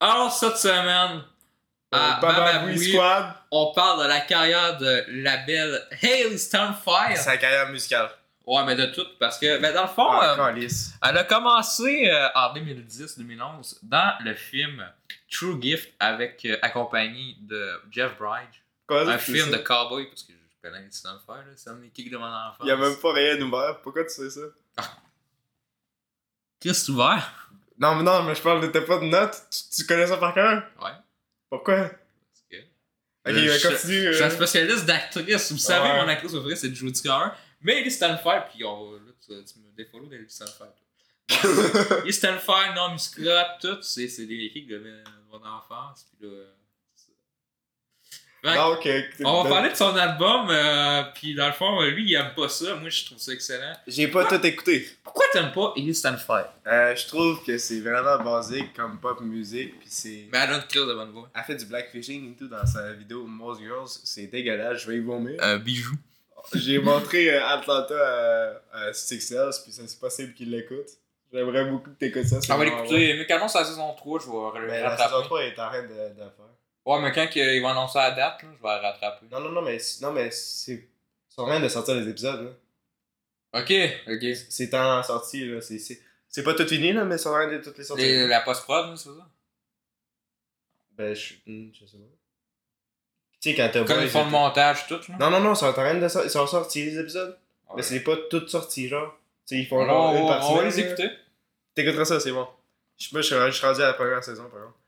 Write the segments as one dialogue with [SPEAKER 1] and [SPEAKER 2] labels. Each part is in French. [SPEAKER 1] Alors, cette semaine,
[SPEAKER 2] Ah,
[SPEAKER 1] à
[SPEAKER 2] Bababoui
[SPEAKER 1] Bababoui,
[SPEAKER 2] Euh, Squad,
[SPEAKER 1] on parle de la carrière de la belle Hailey Stonefire.
[SPEAKER 2] sa carrière musicale.
[SPEAKER 1] Ouais, mais de tout, parce que, ben, dans le fond,
[SPEAKER 2] Ah,
[SPEAKER 1] euh,
[SPEAKER 2] calisse.
[SPEAKER 1] elle a commencé euh, en 2010-2011 dans le film True Gift avec euh, accompagné de Jeff Bridge,
[SPEAKER 2] Comment Ah, ça,
[SPEAKER 1] un
[SPEAKER 2] tu
[SPEAKER 1] film
[SPEAKER 2] sais
[SPEAKER 1] de cowboy, parce que je connais Hailey Stonefire, là, c'est un des kicks de mon enfance.
[SPEAKER 2] Il y a même pas rien ouvert. Pourquoi tu sais ça?
[SPEAKER 1] Qu'est-ce ouvert?
[SPEAKER 2] Non, mais non, mais je parle de t'as pas de notes. Tu, tu connais ça par cœur?
[SPEAKER 1] Ouais.
[SPEAKER 2] Pourquoi? Ok,
[SPEAKER 1] Parce que-
[SPEAKER 2] ben,
[SPEAKER 1] je-
[SPEAKER 2] continue.
[SPEAKER 1] Je suis
[SPEAKER 2] euh.
[SPEAKER 1] un spécialiste d'actrice. Vous savez,
[SPEAKER 2] Ouais.
[SPEAKER 1] mon actrice préférée, c'est Judy Carr. Mais Ellie Stanford, puis on va. Là, tu, tu me défollow d'Ellie Stanford. Ellie Stanford, non, musclate, tout. C'est, c'est des kicks de mes- mon enfance. Puis là. euh, c'est ça. Fait que,
[SPEAKER 2] Donc, euh,
[SPEAKER 1] on va
[SPEAKER 2] ben,
[SPEAKER 1] parler de son album. euh, puis dans le fond, euh, lui, il aime pas ça. Moi, je trouve ça excellent.
[SPEAKER 2] J'ai pas tout écouté.
[SPEAKER 1] Pourquoi t'aimes pas Ellie Stanford
[SPEAKER 2] Euh, je trouve que c'est vraiment basique comme pop musique, puis c'est...
[SPEAKER 1] Mais elle a une crise de bonne voix.
[SPEAKER 2] Elle fait du blackfishing et tout dans sa vidéo Most Girls, c'est dégueulasse, je vais y vomir.
[SPEAKER 1] Un Euh, bijou.
[SPEAKER 2] J'ai montré euh, Atlanta euh, à, à Sixers, puis c'est possible qu'il l'écoute. J'aimerais beaucoup que t'écoutes ça. c'est
[SPEAKER 1] Ah, On va
[SPEAKER 2] vraiment
[SPEAKER 1] l'écouter. Mais quand on la saison 3, je vais
[SPEAKER 2] Mais Ben, la
[SPEAKER 1] rattraper.
[SPEAKER 2] saison 3 est en train de, de faire.
[SPEAKER 1] Ouais, mais quand ils vont annoncer la date, là, je vais la rattraper.
[SPEAKER 2] Non, non, non, mais, non, mais c'est. Ils sont en train de sortir les épisodes. là.
[SPEAKER 1] Ok, ok.
[SPEAKER 2] C'est en sortie, là. C'est, c'est... c'est pas tout fini, là, mais ils sont en train de toutes les sorties.
[SPEAKER 1] Les- la post-prod, là, c'est ça?
[SPEAKER 2] Ben, je. hmm, je sais pas. Tu sais, quand t'as
[SPEAKER 1] Comme
[SPEAKER 2] Boys
[SPEAKER 1] ils
[SPEAKER 2] et
[SPEAKER 1] font le
[SPEAKER 2] tout-
[SPEAKER 1] montage, tout, là? Ah,
[SPEAKER 2] Non, non, non, ils sont en train de sortir. Ils sont sortis, les épisodes.
[SPEAKER 1] Ouais.
[SPEAKER 2] Mais c'est pas toutes sorties, genre. Tu sais, ils
[SPEAKER 1] on,
[SPEAKER 2] font genre
[SPEAKER 1] on-
[SPEAKER 2] une par
[SPEAKER 1] on va
[SPEAKER 2] semaine,
[SPEAKER 1] les
[SPEAKER 2] là.
[SPEAKER 1] écouter.
[SPEAKER 2] T'écouteras ça, c'est bon. Je sais pas, je suis- je suis rendu à la première saison, par exemple.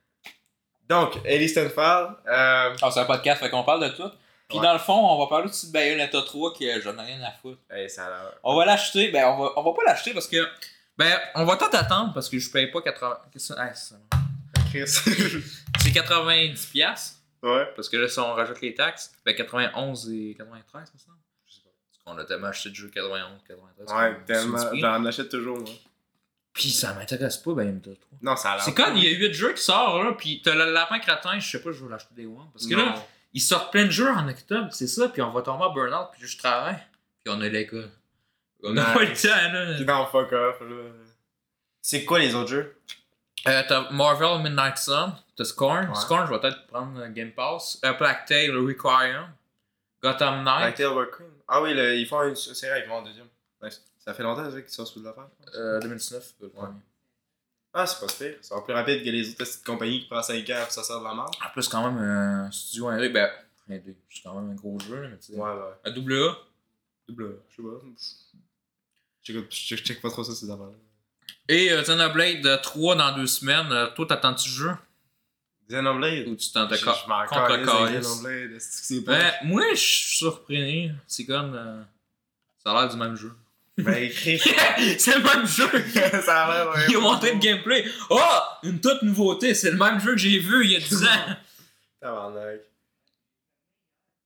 [SPEAKER 2] Donc, Ellie Stanford, euh,
[SPEAKER 1] Ah, c'est un podcast, fait qu'on parle de tout. Puis
[SPEAKER 2] Ouais.
[SPEAKER 1] dans le fond, on va parler aussi de ben, Bayonetta 3 que euh, j'en ai rien à foutre.
[SPEAKER 2] hey, ça a l'air.
[SPEAKER 1] On va l'acheter, ben on va, on va pas l'acheter parce que. Ben, on va tant attendre parce que je paye pas 80. Qu'est-ce que c'est? Ah, c'est ça.
[SPEAKER 2] Chris.
[SPEAKER 1] C'est 90$ piastres,
[SPEAKER 2] ouais.
[SPEAKER 1] parce que là, si on rajoute les taxes, ben 91 et 93, c'est ça?
[SPEAKER 2] Je sais pas.
[SPEAKER 1] On a tellement acheté de jeux 91, 93.
[SPEAKER 2] Ouais,
[SPEAKER 1] qu'on-
[SPEAKER 2] tellement.
[SPEAKER 1] c'est du prix.
[SPEAKER 2] J'en achète toujours, moi.
[SPEAKER 1] Puis ça m'intéresse pas, ben, Bayonetta 3.
[SPEAKER 2] Non, ça a l'air.
[SPEAKER 1] C'est comme il y a 8 jeux qui sortent, là, pis t'as le lapin crétin, je sais pas, je vais l'acheter des one. Parce que
[SPEAKER 2] Non.
[SPEAKER 1] là, ils sortent plein de jeux en octobre, c'est ça, puis on va tomber à Burnout, puis je travaille, puis on a l'école. On a
[SPEAKER 2] Nice.
[SPEAKER 1] pas le temps, là.
[SPEAKER 2] Non, fuck off, là. C'est quoi les autres jeux
[SPEAKER 1] Euh, t'as Marvel Midnight Sun, t'as Scorn.
[SPEAKER 2] Ouais.
[SPEAKER 1] Scorn, je vais peut-être prendre euh, Game Pass. Euh, Plague Tale, Requiem, Gotham
[SPEAKER 2] Black
[SPEAKER 1] Knight.
[SPEAKER 2] Tail Requiem. Ah oui, le- ils font une série avec mon deuxième. Ouais, Ça fait longtemps ça, qu'ils sortent sous de l'affaire. je pense.
[SPEAKER 1] Euh, 2019, le premier.
[SPEAKER 2] Ah, c'est pas super. Ils sont plus rapides que les autres petites compagnies qui prennent 5 ans pour ça sort de la merde.
[SPEAKER 1] En plus, quand même, un studio indé, ben, indé, c'est quand même un gros jeu, là, mais tu sais.
[SPEAKER 2] ouais.
[SPEAKER 1] Un double A.
[SPEAKER 2] Double, je sais pas. J'écoute- Je je check pas trop ça, ces affaires-là.
[SPEAKER 1] Et euh, Xenoblade euh, 3 dans deux semaines. Euh, toi, t'attends-tu le jeu
[SPEAKER 2] Xenoblade.
[SPEAKER 1] ou tu t'en
[SPEAKER 2] Je
[SPEAKER 1] d'accord?
[SPEAKER 2] je m'en
[SPEAKER 1] contre
[SPEAKER 2] calisse
[SPEAKER 1] Callis.
[SPEAKER 2] avec Xenoblade. C'est que c'est
[SPEAKER 1] Ben,
[SPEAKER 2] pas.
[SPEAKER 1] moi, je suis surpris. C'est comme. euh, ça a l'air du même jeu.
[SPEAKER 2] Ben, Chris.
[SPEAKER 1] c'est le même jeu!
[SPEAKER 2] Ça a l'air.
[SPEAKER 1] Ils ont montré le gameplay. Oh! Une toute nouveauté. C'est le même jeu que j'ai vu il y a 10 ans.
[SPEAKER 2] Tabarnak.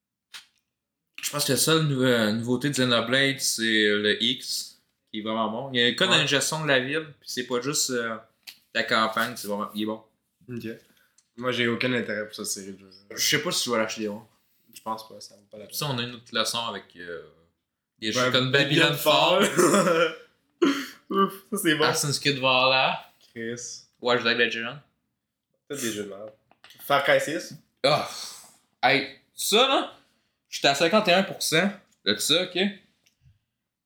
[SPEAKER 1] Je pense que la seule nou- euh, nouveauté de Xenoblade, c'est euh, le X, qui est vraiment bon. Il y a un code
[SPEAKER 2] Ouais.
[SPEAKER 1] une gestion de la ville, puis c'est pas juste euh, la campagne. C'est vraiment. Il est bon.
[SPEAKER 2] Ok. Moi, j'ai aucun intérêt pour cette série de jeux.
[SPEAKER 1] Je sais pas si je vais l'acheter. Hein.
[SPEAKER 2] Je pense pas, ça vaut pas la peine.
[SPEAKER 1] Ça, on a une autre leçon avec. euh, des
[SPEAKER 2] Ben,
[SPEAKER 1] jeux comme Babylon Fall,
[SPEAKER 2] Ouf, ça c'est bon.
[SPEAKER 1] Assassin's Creed Valhalla,
[SPEAKER 2] Chris.
[SPEAKER 1] Watch Dogs Legend.
[SPEAKER 2] T'as des jeux de merde. Far Cry 6.
[SPEAKER 1] Ah! Hey, ça là, j'étais à 51% de ça, ok?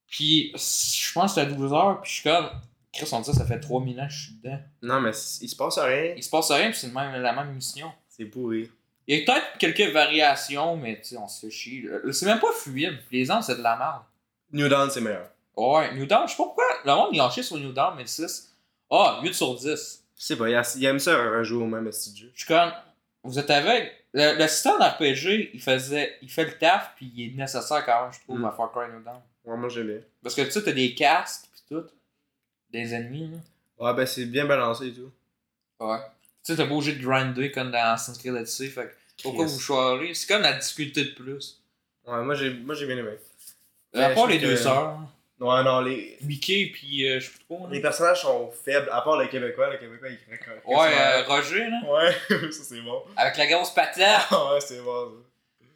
[SPEAKER 1] Puis je pense que c'est à 12 heures, puis je suis comme. Chris, on dit ça, ça fait 3000 ans que je suis dedans.
[SPEAKER 2] Non, mais c- il se passe rien.
[SPEAKER 1] Il se passe rien, puis c'est le même- la même mission.
[SPEAKER 2] C'est pourri.
[SPEAKER 1] Il y a peut-être quelques variations, mais tu sais, on se fait chier. Le- C'est même pas fluide. Les ans, c'est de la merde.
[SPEAKER 2] New Dawn, c'est meilleur.
[SPEAKER 1] Ouais, New Down, je sais pas pourquoi. Le monde est lâché sur New Down, mais 6. Ah, 8 sur 10.
[SPEAKER 2] Je sais pas, il, a- il aime ça rejouer au même style de jeu.
[SPEAKER 1] Je suis comme, vous êtes aveugle. Le, le système d'RPG, il faisait, il fait le taf, puis il est nécessaire quand même, je trouve,
[SPEAKER 2] Mm.
[SPEAKER 1] à Far Cry New Dawn.
[SPEAKER 2] Ouais, moi j'aimais.
[SPEAKER 1] Parce que tu sais, t'as des casques, puis tout. Des ennemis, là.
[SPEAKER 2] Ouais, ben c'est bien balancé et tout.
[SPEAKER 1] Ouais. Tu sais, t'as pas obligé de grinder comme dans Assassin's Creed Odyssey, fait que pourquoi vous choirez C'est comme la difficulté de plus.
[SPEAKER 2] Ouais, moi j'ai moi, j'ai bien aimé. Ouais,
[SPEAKER 1] à part
[SPEAKER 2] Euh, je
[SPEAKER 1] les
[SPEAKER 2] trouve
[SPEAKER 1] deux
[SPEAKER 2] que-
[SPEAKER 1] sœurs,
[SPEAKER 2] Ouais, non, les,
[SPEAKER 1] Mickey, puis euh, je sais plus trop, là.
[SPEAKER 2] les personnages sont faibles, à part le Québécois. Le Québécois, il craque. quand- quand
[SPEAKER 1] Ouais,
[SPEAKER 2] ça-
[SPEAKER 1] euh, Roger, là.
[SPEAKER 2] Ouais, ça c'est bon.
[SPEAKER 1] Avec la grosse patate.
[SPEAKER 2] Ah ouais, c'est bon ça.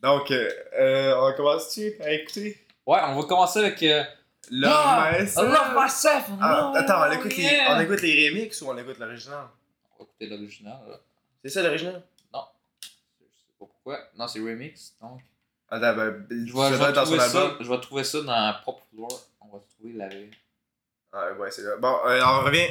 [SPEAKER 2] Donc, euh, euh, on commence-tu à écouter?
[SPEAKER 1] Ouais, on va commencer avec. euh,
[SPEAKER 2] Love
[SPEAKER 1] Ah, I
[SPEAKER 2] Myself.
[SPEAKER 1] love myself!
[SPEAKER 2] Ah,
[SPEAKER 1] no,
[SPEAKER 2] attends, on écoute, les,
[SPEAKER 1] yeah.
[SPEAKER 2] on écoute les remixes ou on écoute l'original?
[SPEAKER 1] pour écouter l'original. là.
[SPEAKER 2] C'est ça l'original?
[SPEAKER 1] Non. Je sais pas pourquoi. Non, c'est remix, donc.
[SPEAKER 2] Attends, ben,
[SPEAKER 1] Je vais, je
[SPEAKER 2] ça doit
[SPEAKER 1] vais
[SPEAKER 2] être dans son
[SPEAKER 1] trouver ça,
[SPEAKER 2] album.
[SPEAKER 1] je vais trouver ça dans Pop Floor. On va trouver la vraie.
[SPEAKER 2] Ah, ouais, c'est là. Bon, euh, on revient.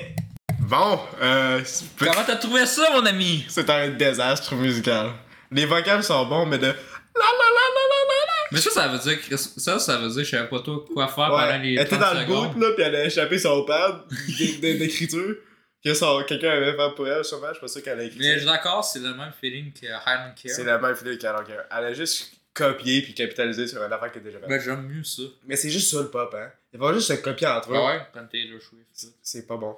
[SPEAKER 2] Bon, euh, c'est-
[SPEAKER 1] Comment t'as trouvé ça, mon ami?
[SPEAKER 2] c'est un désastre musical. Les vocales sont bons, mais de. La la la la la la
[SPEAKER 1] Mais ça, ça veut dire que ça, ça veut dire que je savais pas trop quoi faire
[SPEAKER 2] Ouais,
[SPEAKER 1] Ah, pendant les 30
[SPEAKER 2] elle était dans le
[SPEAKER 1] secondes.
[SPEAKER 2] groupe, là, puis elle a échappé son pad d'é- d'é- d'écriture que son- quelqu'un avait fait pour elle, sûrement. Je suis pas sûr qu'elle a écrit.
[SPEAKER 1] Mais je
[SPEAKER 2] ça.
[SPEAKER 1] suis d'accord, c'est le même feeling que Highland
[SPEAKER 2] C'est
[SPEAKER 1] Care.
[SPEAKER 2] la même idée qu'elle a. Elle a juste copié puis capitalisé sur une affaire qui était déjà faite.
[SPEAKER 1] Ben, j'aime mieux ça.
[SPEAKER 2] Mais c'est juste ça le pop, hein. Ils vont juste se copier entre eux.
[SPEAKER 1] Ah Ouais, comme Taylor Swift. ça.
[SPEAKER 2] C'est pas bon.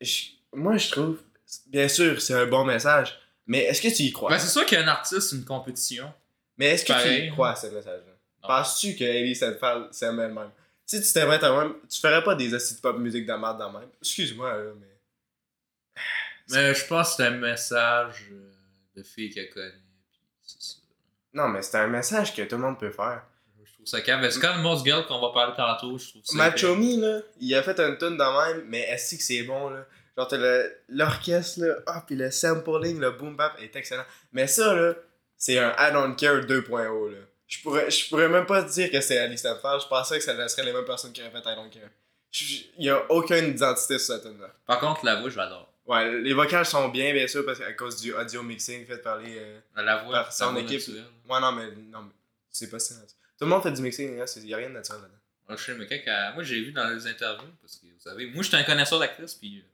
[SPEAKER 2] Je- Moi, je trouve, bien sûr, c'est un bon message, mais est-ce que tu y crois?
[SPEAKER 1] Ben, c'est sûr qu'un artiste, c'est une compétition.
[SPEAKER 2] mais est-ce que tu
[SPEAKER 1] pareil.
[SPEAKER 2] y crois à ce message-là?
[SPEAKER 1] Non.
[SPEAKER 2] Penses-tu que Ellie Sandfall s'aime elle-même? Si tu t'aimerais toi-même, tu ferais pas des acides pop musique de merde dans même. Excuse-moi, là, mais.
[SPEAKER 1] Mais je pense que c'est un message euh, de fille qu'elle connaît. puis c'est ça.
[SPEAKER 2] Non, mais c'est un message que tout le monde peut faire.
[SPEAKER 1] Je trouve ça calme. C'est comme Most Girl qu'on va parler tantôt. Je trouve ça.
[SPEAKER 2] Machomi, là, il a fait une tune de même, mais est-ce que c'est bon, là? Genre, t'as le- l'orchestre, là, ah, puis le sampling, le boom bap est excellent. Mais ça, là, c'est un I don't care 2.0, oh, là. Je pourrais, je pourrais même pas dire que c'est Alice Stamford, je pensais que ça laisserait les mêmes personnes qui auraient fait I don't care. Je- je- Il y a aucune identité sur cette tune là
[SPEAKER 1] Par contre, la voix, je l'adore.
[SPEAKER 2] Ouais, les vocales sont bien, bien sûr, parce qu'à cause du audio mixing fait par les... euh,
[SPEAKER 1] La voix,
[SPEAKER 2] Par
[SPEAKER 1] la
[SPEAKER 2] son
[SPEAKER 1] voix
[SPEAKER 2] équipe.
[SPEAKER 1] naturelle.
[SPEAKER 2] Ouais, non, mais, non, mais c'est pas si naturel. Tout le monde fait du mixing, hein, c'est- il y a rien de naturel là-dedans.
[SPEAKER 1] Ouais, je sais, mais quand qu'elle- moi, j'ai vu dans les interviews, parce que vous savez, moi, j'étais un connaisseur d'actrice, puis. euh,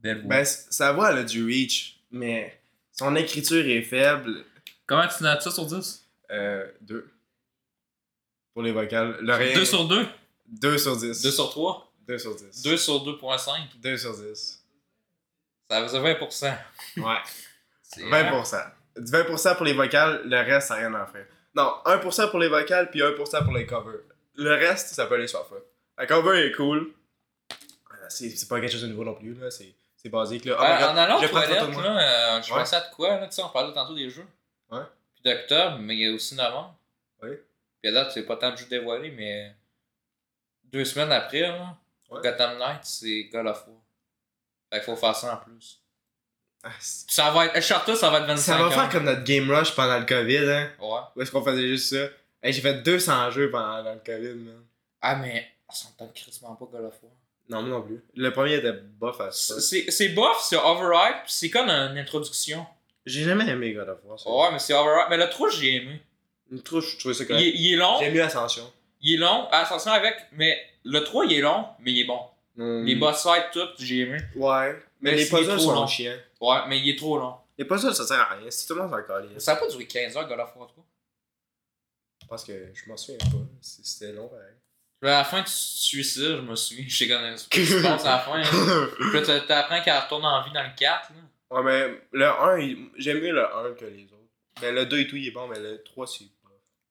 [SPEAKER 1] Belle voix.
[SPEAKER 2] Ben, c- sa voix, elle a du reach, mais son écriture est faible.
[SPEAKER 1] Comment tu notes ça sur 10
[SPEAKER 2] Euh, 2. Pour les vocales. Le rien.
[SPEAKER 1] 2 sur 2
[SPEAKER 2] 2 sur 10.
[SPEAKER 1] 2 sur 3
[SPEAKER 2] 2 sur 10.
[SPEAKER 1] 2 sur 2.5
[SPEAKER 2] 2 sur 10.
[SPEAKER 1] Ça veut dire 20%.
[SPEAKER 2] Ouais.
[SPEAKER 1] C'est-
[SPEAKER 2] 20%. 20% pour les vocales, le reste, ça n'a rien à faire. Non, 1% pour les vocales, puis 1% pour les covers. Le reste, ça peut aller sur la faute. La cover est cool. Euh, C'est c'est pas quelque chose de nouveau non plus, là. C'est c'est basique, là. Oh my
[SPEAKER 1] Ben,
[SPEAKER 2] God,
[SPEAKER 1] en allant
[SPEAKER 2] je
[SPEAKER 1] aux
[SPEAKER 2] prends une photo de
[SPEAKER 1] toilettes,
[SPEAKER 2] moi.
[SPEAKER 1] là, euh, je
[SPEAKER 2] Ouais.
[SPEAKER 1] pensais à de quoi, là, tu sais, on parlait tantôt des jeux.
[SPEAKER 2] Ouais.
[SPEAKER 1] Puis d'octobre, mais il y a aussi novembre.
[SPEAKER 2] Oui.
[SPEAKER 1] Puis là, c'est pas tant de jeux dévoilés, mais deux semaines après, là,
[SPEAKER 2] Ouais.
[SPEAKER 1] Gotham Knight, c'est God of War. Fait qu'il faut faire ça en plus.
[SPEAKER 2] Ah, c'est-
[SPEAKER 1] Ça va être, Uncharted, ça va être 25
[SPEAKER 2] Ça va
[SPEAKER 1] heures.
[SPEAKER 2] faire comme notre game rush pendant le COVID, hein.
[SPEAKER 1] Ouais.
[SPEAKER 2] Ou est-ce qu'on faisait juste ça? Hey, j'ai fait 200 jeux pendant dans le COVID, man.
[SPEAKER 1] Ah, mais on s'entend crissement pas God of War.
[SPEAKER 2] Non, moi non plus. Le premier était bof à
[SPEAKER 1] C'est-
[SPEAKER 2] ça.
[SPEAKER 1] C'est c'est bof, c'est overhype, puis c'est comme une introduction.
[SPEAKER 2] J'ai jamais aimé God of War. ça.
[SPEAKER 1] Ouais, mais c'est overhype. Mais le 3, j'ai aimé.
[SPEAKER 2] Une trouche, je trouvais ça
[SPEAKER 1] Il,
[SPEAKER 2] correct.
[SPEAKER 1] est- il est long,
[SPEAKER 2] J'ai mieux Ascension.
[SPEAKER 1] il est long, Ah, Ascension avec, mais le 3, il est long, mais il est bon.
[SPEAKER 2] Mm.
[SPEAKER 1] Les boss fights, tout, j'ai aimé.
[SPEAKER 2] Ouais.
[SPEAKER 1] Mais
[SPEAKER 2] Mais, les
[SPEAKER 1] c'est trop
[SPEAKER 2] puzzles sont
[SPEAKER 1] long.
[SPEAKER 2] chiants.
[SPEAKER 1] Ouais, mais il est trop long.
[SPEAKER 2] Les puzzles, ça sert à rien. Si tout le monde s'en calait.
[SPEAKER 1] Ça a pas duré 15 heures, God of War 3.
[SPEAKER 2] Parce que je m'en souviens pas. C'est- C'était long, pareil.
[SPEAKER 1] Puis à la fin, tu te suicides, je me suis. Je sais quand même ce qui se passe à la fin. hein. Puis là, t'a- t'apprends qu'elle retourne en vie dans le 4. Là.
[SPEAKER 2] ouais, mais le 1, il- j'aime mieux le 1 que les autres. Mais le 2 et tout, il est bon, mais le 3, c'est pas.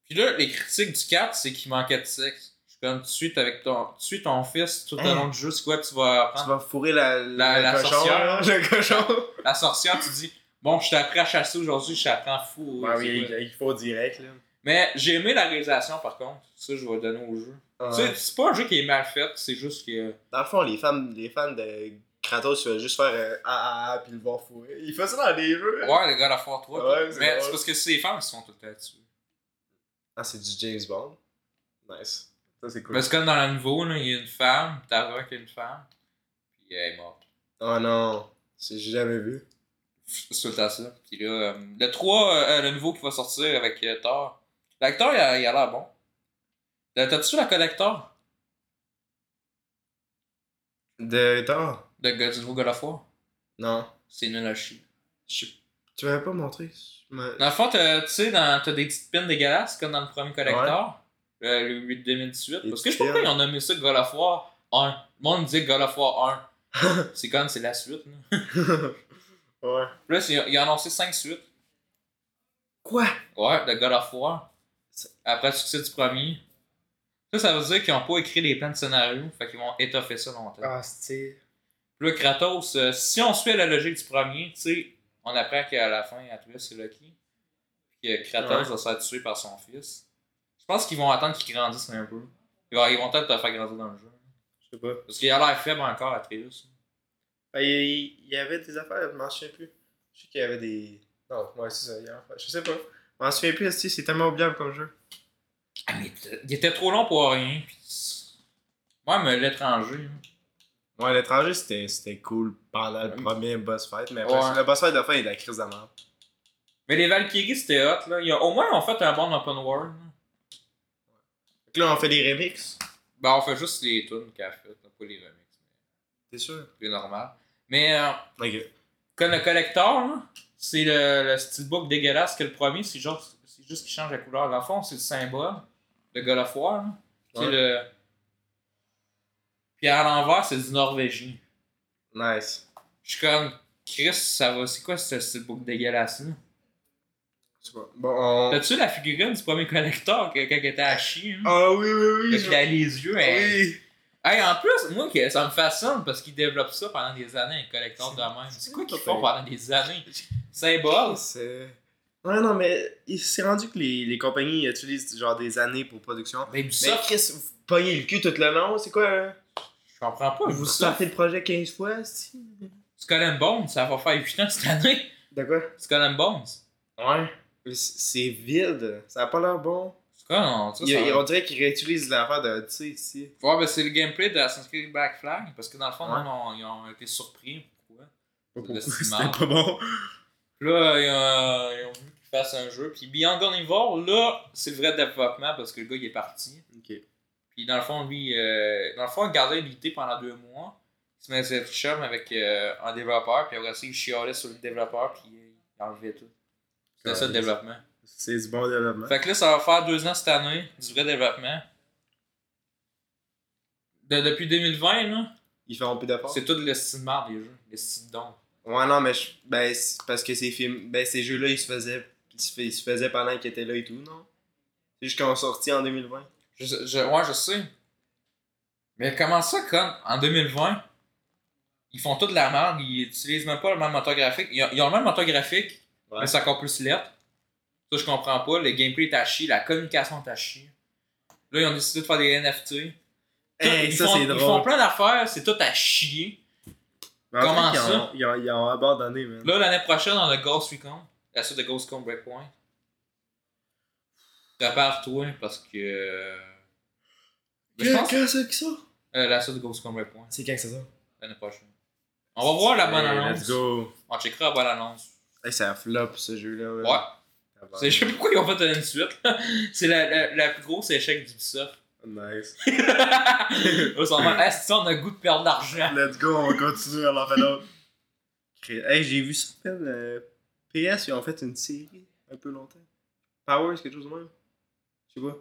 [SPEAKER 1] Puis là, les critiques du 4, c'est qu'il manquait de sexe. Je suis comme, tu suis avec ton, tu suis ton fils tout au
[SPEAKER 2] Hein?
[SPEAKER 1] long du jeu, c'est quoi que tu vas
[SPEAKER 2] Tu
[SPEAKER 1] apprendre?
[SPEAKER 2] vas fourrer la,
[SPEAKER 1] La-
[SPEAKER 2] le
[SPEAKER 1] la
[SPEAKER 2] cochon,
[SPEAKER 1] sorcière.
[SPEAKER 2] là, Le cochon.
[SPEAKER 1] La sorcière, tu dis, bon, je t'apprends à chasser aujourd'hui, je t'apprends fou.
[SPEAKER 2] Bah
[SPEAKER 1] c'est
[SPEAKER 2] oui,
[SPEAKER 1] quoi.
[SPEAKER 2] il faut direct, là.
[SPEAKER 1] Mais j'ai aimé la réalisation par contre. Ça, je vais donner au jeu.
[SPEAKER 2] Ouais.
[SPEAKER 1] Tu sais, c'est pas un jeu qui est mal fait, c'est juste que.
[SPEAKER 2] Dans le fond, les fans, les fans de Kratos, ils veulent juste faire euh, ah ah ah puis le voir fourrer. Il fait ça dans les jeux.
[SPEAKER 1] Ouais, le God of War 3.
[SPEAKER 2] Ouais, c'est
[SPEAKER 1] mais
[SPEAKER 2] drôle.
[SPEAKER 1] c'est parce que c'est les femmes qui sont tout le temps dessus.
[SPEAKER 2] Ah, c'est du James Bond. Nice. Ça, c'est cool.
[SPEAKER 1] Parce que comme dans le nouveau, là, il y a une femme, t'as vu qu'il y a une femme, puis elle est morte.
[SPEAKER 2] Oh non, j'ai jamais vu.
[SPEAKER 1] C'est tout le temps ça. Puis là, euh, le 3, euh, euh, le nouveau qui va sortir avec euh, Thor. L'acteur, il a il a l'air bon. Euh, T'as-tu la collector
[SPEAKER 2] De temps
[SPEAKER 1] de, Go- du nouveau God of War?
[SPEAKER 2] Non.
[SPEAKER 1] C'est nul à chier.
[SPEAKER 2] Je- Tu m'avais pas montré. Je me-
[SPEAKER 1] Dans le fond, t'as- tu sais, dans- t'as des petites pins dégueulasses comme dans le premier collector, euh, le 8 2018.
[SPEAKER 2] Des
[SPEAKER 1] Parce que je sais
[SPEAKER 2] petites
[SPEAKER 1] pas pourquoi
[SPEAKER 2] pins.
[SPEAKER 1] ils ont nommé ça God of War 1. Le monde disait God of War 1. c'est comme, c'est la suite. Là,
[SPEAKER 2] ouais.
[SPEAKER 1] Puis là c'est- ils ont annoncé 5 suites.
[SPEAKER 2] Quoi
[SPEAKER 1] Ouais, de God of War. Après le succès du premier. Ça, ça veut dire qu'ils n'ont pas écrit les plans de scénario, fait qu'ils vont étoffer ça longtemps.
[SPEAKER 2] Ah, c'est.
[SPEAKER 1] Puis là, Kratos, euh, si on suit la logique du premier, tu sais, on apprend qu'à la fin, Atreus c'est Loki. Puis que Kratos
[SPEAKER 2] Ouais.
[SPEAKER 1] va se faire tuer par son fils. Je pense qu'ils vont attendre qu'il grandisse un peu. Ils vont, ils vont peut-être te faire grandir dans le jeu.
[SPEAKER 2] Je sais pas.
[SPEAKER 1] Parce qu'il a l'air faible encore, Atreus.
[SPEAKER 2] Ben, il il y avait des affaires, je m'en souviens plus. Je sais qu'il y avait des. Non, ouais, c'est ça, il y a des affaires. Je sais pas. Je m'en souviens plus, esti, c'est tellement oubliable comme jeu.
[SPEAKER 1] Ah, mais t- il était trop long pour rien. puis- Ouais, mais l'étranger. hein. là.
[SPEAKER 2] Ouais, l'étranger, c'était c'était cool pendant le
[SPEAKER 1] Ouais.
[SPEAKER 2] premier boss fight, mais après,
[SPEAKER 1] Ouais.
[SPEAKER 2] ça, le boss fight de fin, il est de la crise de la merde.
[SPEAKER 1] Mais les Valkyries, c'était hot. Là. Il y a- Au moins, on fait un bon open world. là.
[SPEAKER 2] Fait que là, on fait des remixes.
[SPEAKER 1] Ben, on fait juste les tunes qu'elle a faites, là, pas les remixes.
[SPEAKER 2] C'est sûr.
[SPEAKER 1] C'est normal. Mais euh,
[SPEAKER 2] Ok.
[SPEAKER 1] comme le collector, là, c'est le, le steelbook dégueulasse que le premier, c'est genre c'est juste qu'il change la couleur. Dans le fond, c'est le symbole de God of War. là. C'est
[SPEAKER 2] Ouais.
[SPEAKER 1] le. Puis à l'envers, c'est du norvégien.
[SPEAKER 2] Nice.
[SPEAKER 1] Je suis comme Chris, ça va. C'est quoi ce steelbook dégueulasse là?
[SPEAKER 2] C'est bon. Bon, on.
[SPEAKER 1] T'as-tu la figurine du premier collector que- quand elle était à chier? Hein?
[SPEAKER 2] Ah oui, oui, oui.
[SPEAKER 1] Fait
[SPEAKER 2] je-
[SPEAKER 1] qu'il a les yeux, elle-
[SPEAKER 2] Oui.
[SPEAKER 1] Hey, en plus, moi, que- ça me fascine parce qu'ils développent ça pendant des années, les collecteurs de même. C'est quoi qu'ils font pendant des années? Symbole?
[SPEAKER 2] Ah, C'est. Ouais, non, mais il s'est rendu que les, les compagnies utilisent genre des années pour production.
[SPEAKER 1] Mais
[SPEAKER 2] Mais
[SPEAKER 1] Ubisoft,
[SPEAKER 2] Chris, vous pognez le cul tout le long, c'est quoi hein?
[SPEAKER 1] je comprends pas.
[SPEAKER 2] Vous
[SPEAKER 1] Ubisoft,
[SPEAKER 2] sortez le projet 15 fois, si
[SPEAKER 1] Skull and Bones, ça va faire 8 ans cette année.
[SPEAKER 2] De quoi
[SPEAKER 1] Skull and Bones.
[SPEAKER 2] Ouais. Mais c- C'est vide, ça a pas l'air bon.
[SPEAKER 1] C'est quoi, non? Ça,
[SPEAKER 2] Il-
[SPEAKER 1] ça-
[SPEAKER 2] il- on dirait qu'ils réutilisent l'affaire de Odyssey ici.
[SPEAKER 1] Ouais, ben, c'est le gameplay de Assassin's Creed Black Flag parce que dans le fond,
[SPEAKER 2] Ouais.
[SPEAKER 1] nous, on- ils ont été surpris. Pourquoi? Pourquoi
[SPEAKER 2] C'était
[SPEAKER 1] mal.
[SPEAKER 2] pas bon.
[SPEAKER 1] Puis Là, ils ont, ils ont voulu qu'ils fassent un jeu. Puis Beyond Carnivore, là, c'est le vrai développement parce que le gars, il est parti.
[SPEAKER 2] Ok.
[SPEAKER 1] Puis dans le fond, lui, euh, dans le fond, il gardait l'idée pendant deux mois. Il se mettait de chum avec euh, un développeur, puis après ça, il chialait sur le développeur, puis euh, il enlevait tout. C'était ça le
[SPEAKER 2] Carrément.
[SPEAKER 1] développement.
[SPEAKER 2] C'est du bon développement.
[SPEAKER 1] Fait que là, ça va faire deux ans cette année, du vrai développement. De- depuis 2020, là,
[SPEAKER 2] Ils feront plus d'efforts.
[SPEAKER 1] c'est tout le style de marde, les jeux, le style don.
[SPEAKER 2] Ouais, non, mais je- ben, c'est parce que ces films, ben, ces jeux-là, ils se faisaient, ils se fais- ils se faisaient pendant qu'ils étaient là et tout, non? C'est juste qu'ils ont sorti en 2020.
[SPEAKER 1] Je, sais- je- ouais, je sais. Mais comment ça, comme en 2020, ils font toute la merde, ils utilisent même pas le même moteur graphique. Ils ont, ils ont le même moteur graphique,
[SPEAKER 2] Ouais.
[SPEAKER 1] mais c'est encore plus lettre. Ça, je comprends pas. Le gameplay est à chier, la communication est à chier. Là, ils ont décidé de faire des NFT. Tout-
[SPEAKER 2] Hey,
[SPEAKER 1] ils
[SPEAKER 2] ça,
[SPEAKER 1] font-
[SPEAKER 2] c'est
[SPEAKER 1] Ils font
[SPEAKER 2] drôle.
[SPEAKER 1] plein d'affaires, c'est tout à chier.
[SPEAKER 2] Mais en fait,
[SPEAKER 1] Comment
[SPEAKER 2] ils ont-
[SPEAKER 1] ça?
[SPEAKER 2] ils ont, ils ont abandonné, man.
[SPEAKER 1] Là, l'année prochaine, on a Ghost Recon, la suite de Ghost Recon Breakpoint. Prépare-toi, parce que. euh, je pense-
[SPEAKER 2] ça que ça?
[SPEAKER 1] euh, la suite de Ghost Recon Breakpoint.
[SPEAKER 2] C'est quand que ça sort?
[SPEAKER 1] l'année prochaine. On va voir la bonne
[SPEAKER 2] Hey,
[SPEAKER 1] annonce.
[SPEAKER 2] Let's go.
[SPEAKER 1] On checkera la bonne annonce.
[SPEAKER 2] Hey, c'est un flop, ce jeu-là. man.
[SPEAKER 1] Ouais. C'est- Je sais pas pourquoi ils ont fait une suite. là. C'est la, la, la plus grosse échec d'Ubisoft.
[SPEAKER 2] Nice.
[SPEAKER 1] Ils sont en mode, Ah, si on a le goût de perdre de l'argent.
[SPEAKER 2] Let's go, on va continuer à l'en faire d'autres. Cré- Hey, j'ai vu ça, man, euh, PS, ils ont fait une série un peu longtemps. Powers, quelque chose de même. Je sais pas.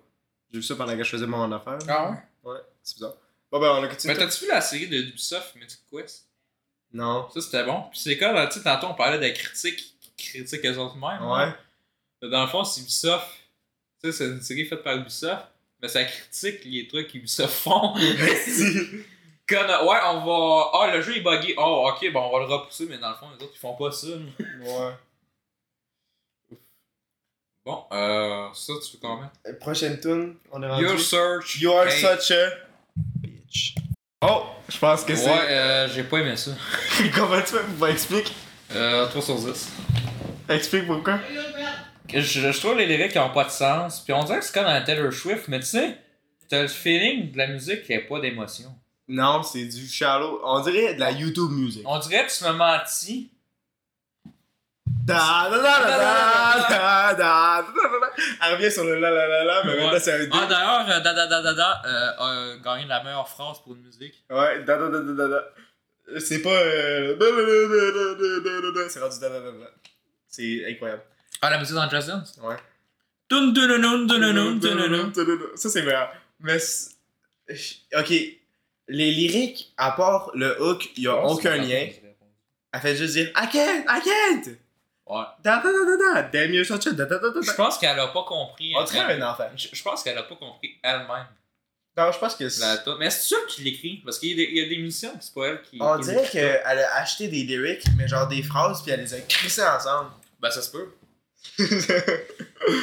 [SPEAKER 2] J'ai vu ça pendant que je faisais mon affaire.
[SPEAKER 1] Ah ouais?
[SPEAKER 2] Ouais, c'est bizarre. Bon, ben, on a
[SPEAKER 1] Mais
[SPEAKER 2] continué.
[SPEAKER 1] t'as-tu vu la série de Ubisoft, Mythic Quest?
[SPEAKER 2] Non.
[SPEAKER 1] Ça c'était bon. Puis c'est comme, tu sais, tantôt on parlait des critiques qui critiquent les autres mêmes. hein?
[SPEAKER 2] Ouais.
[SPEAKER 1] Dans le fond, c'est Ubisoft. Tu sais, c'est une série faite par Ubisoft. Mais ça critique les trucs qu'Ubisoft font.
[SPEAKER 2] Merci.
[SPEAKER 1] Comme, ouais, on va. Ah, le jeu est buggé. Oh, ok, bon, on va le repousser, mais dans le fond, les autres, ils font pas ça. là.
[SPEAKER 2] ouais.
[SPEAKER 1] Bon, euh, ça, tu veux comment?
[SPEAKER 2] Euh, Prochaine tune, on est rendu.
[SPEAKER 1] Your search.
[SPEAKER 2] You are
[SPEAKER 1] Hey.
[SPEAKER 2] such a bitch. Oh, je pense que c'est.
[SPEAKER 1] Ouais, euh, j'ai pas aimé ça.
[SPEAKER 2] Comment tu fais pour expliquer
[SPEAKER 1] Euh, 3 sur 10.
[SPEAKER 2] Explique pourquoi.
[SPEAKER 1] Je, je trouve les lyrics qui ont pas de sens. Puis on dirait que c'est comme un Taylor Swift, mais tu sais, t'as le feeling de la musique qui a pas d'émotion.
[SPEAKER 2] Non, c'est du shallow. On dirait de la YouTube music.
[SPEAKER 1] On dirait que tu me mentis.
[SPEAKER 2] Da, da, da, da, da, da, da, da, da, da. Elle revient sur le la la la la, mais
[SPEAKER 1] Ouais.
[SPEAKER 2] maintenant c'est un
[SPEAKER 1] Ah,
[SPEAKER 2] D.
[SPEAKER 1] d'ailleurs, euh, da da da da da euh, a gagné la meilleure phrase pour une musique.
[SPEAKER 2] Ouais, da da da da da da. C'est pas. euh, da, da, da, da, da, da, da, da. C'est rendu da da da da. C'est incroyable.
[SPEAKER 1] Ah, la musique dans Just Dance?
[SPEAKER 2] Ouais.
[SPEAKER 1] Dun dun dun dun dun dun dun dun dun.
[SPEAKER 2] Ça, c'est meilleur. Mais. c'est- Ok. Les lyriques, à part le hook, il n'y a aucun lien. Elle fait juste dire I can't, I can't!
[SPEAKER 1] Ouais.
[SPEAKER 2] Da da da da da! Damn you, such a da da da da
[SPEAKER 1] Je
[SPEAKER 2] da!
[SPEAKER 1] pense qu'elle a pas compris.
[SPEAKER 2] On dirait un enfant.
[SPEAKER 1] Je je pense qu'elle a pas compris elle-même.
[SPEAKER 2] Non, je pense que c'est.
[SPEAKER 1] La tune. Mais c'est sûr qu'il l'écrit, parce qu'il y a des- il y a des missions que c'est pas elle qui.
[SPEAKER 2] On
[SPEAKER 1] qui
[SPEAKER 2] dirait
[SPEAKER 1] l'écrit.
[SPEAKER 2] qu'elle a acheté des lyrics, mais genre des phrases, puis elle les a crissées ensemble.
[SPEAKER 1] Ben ça se peut.
[SPEAKER 2] puis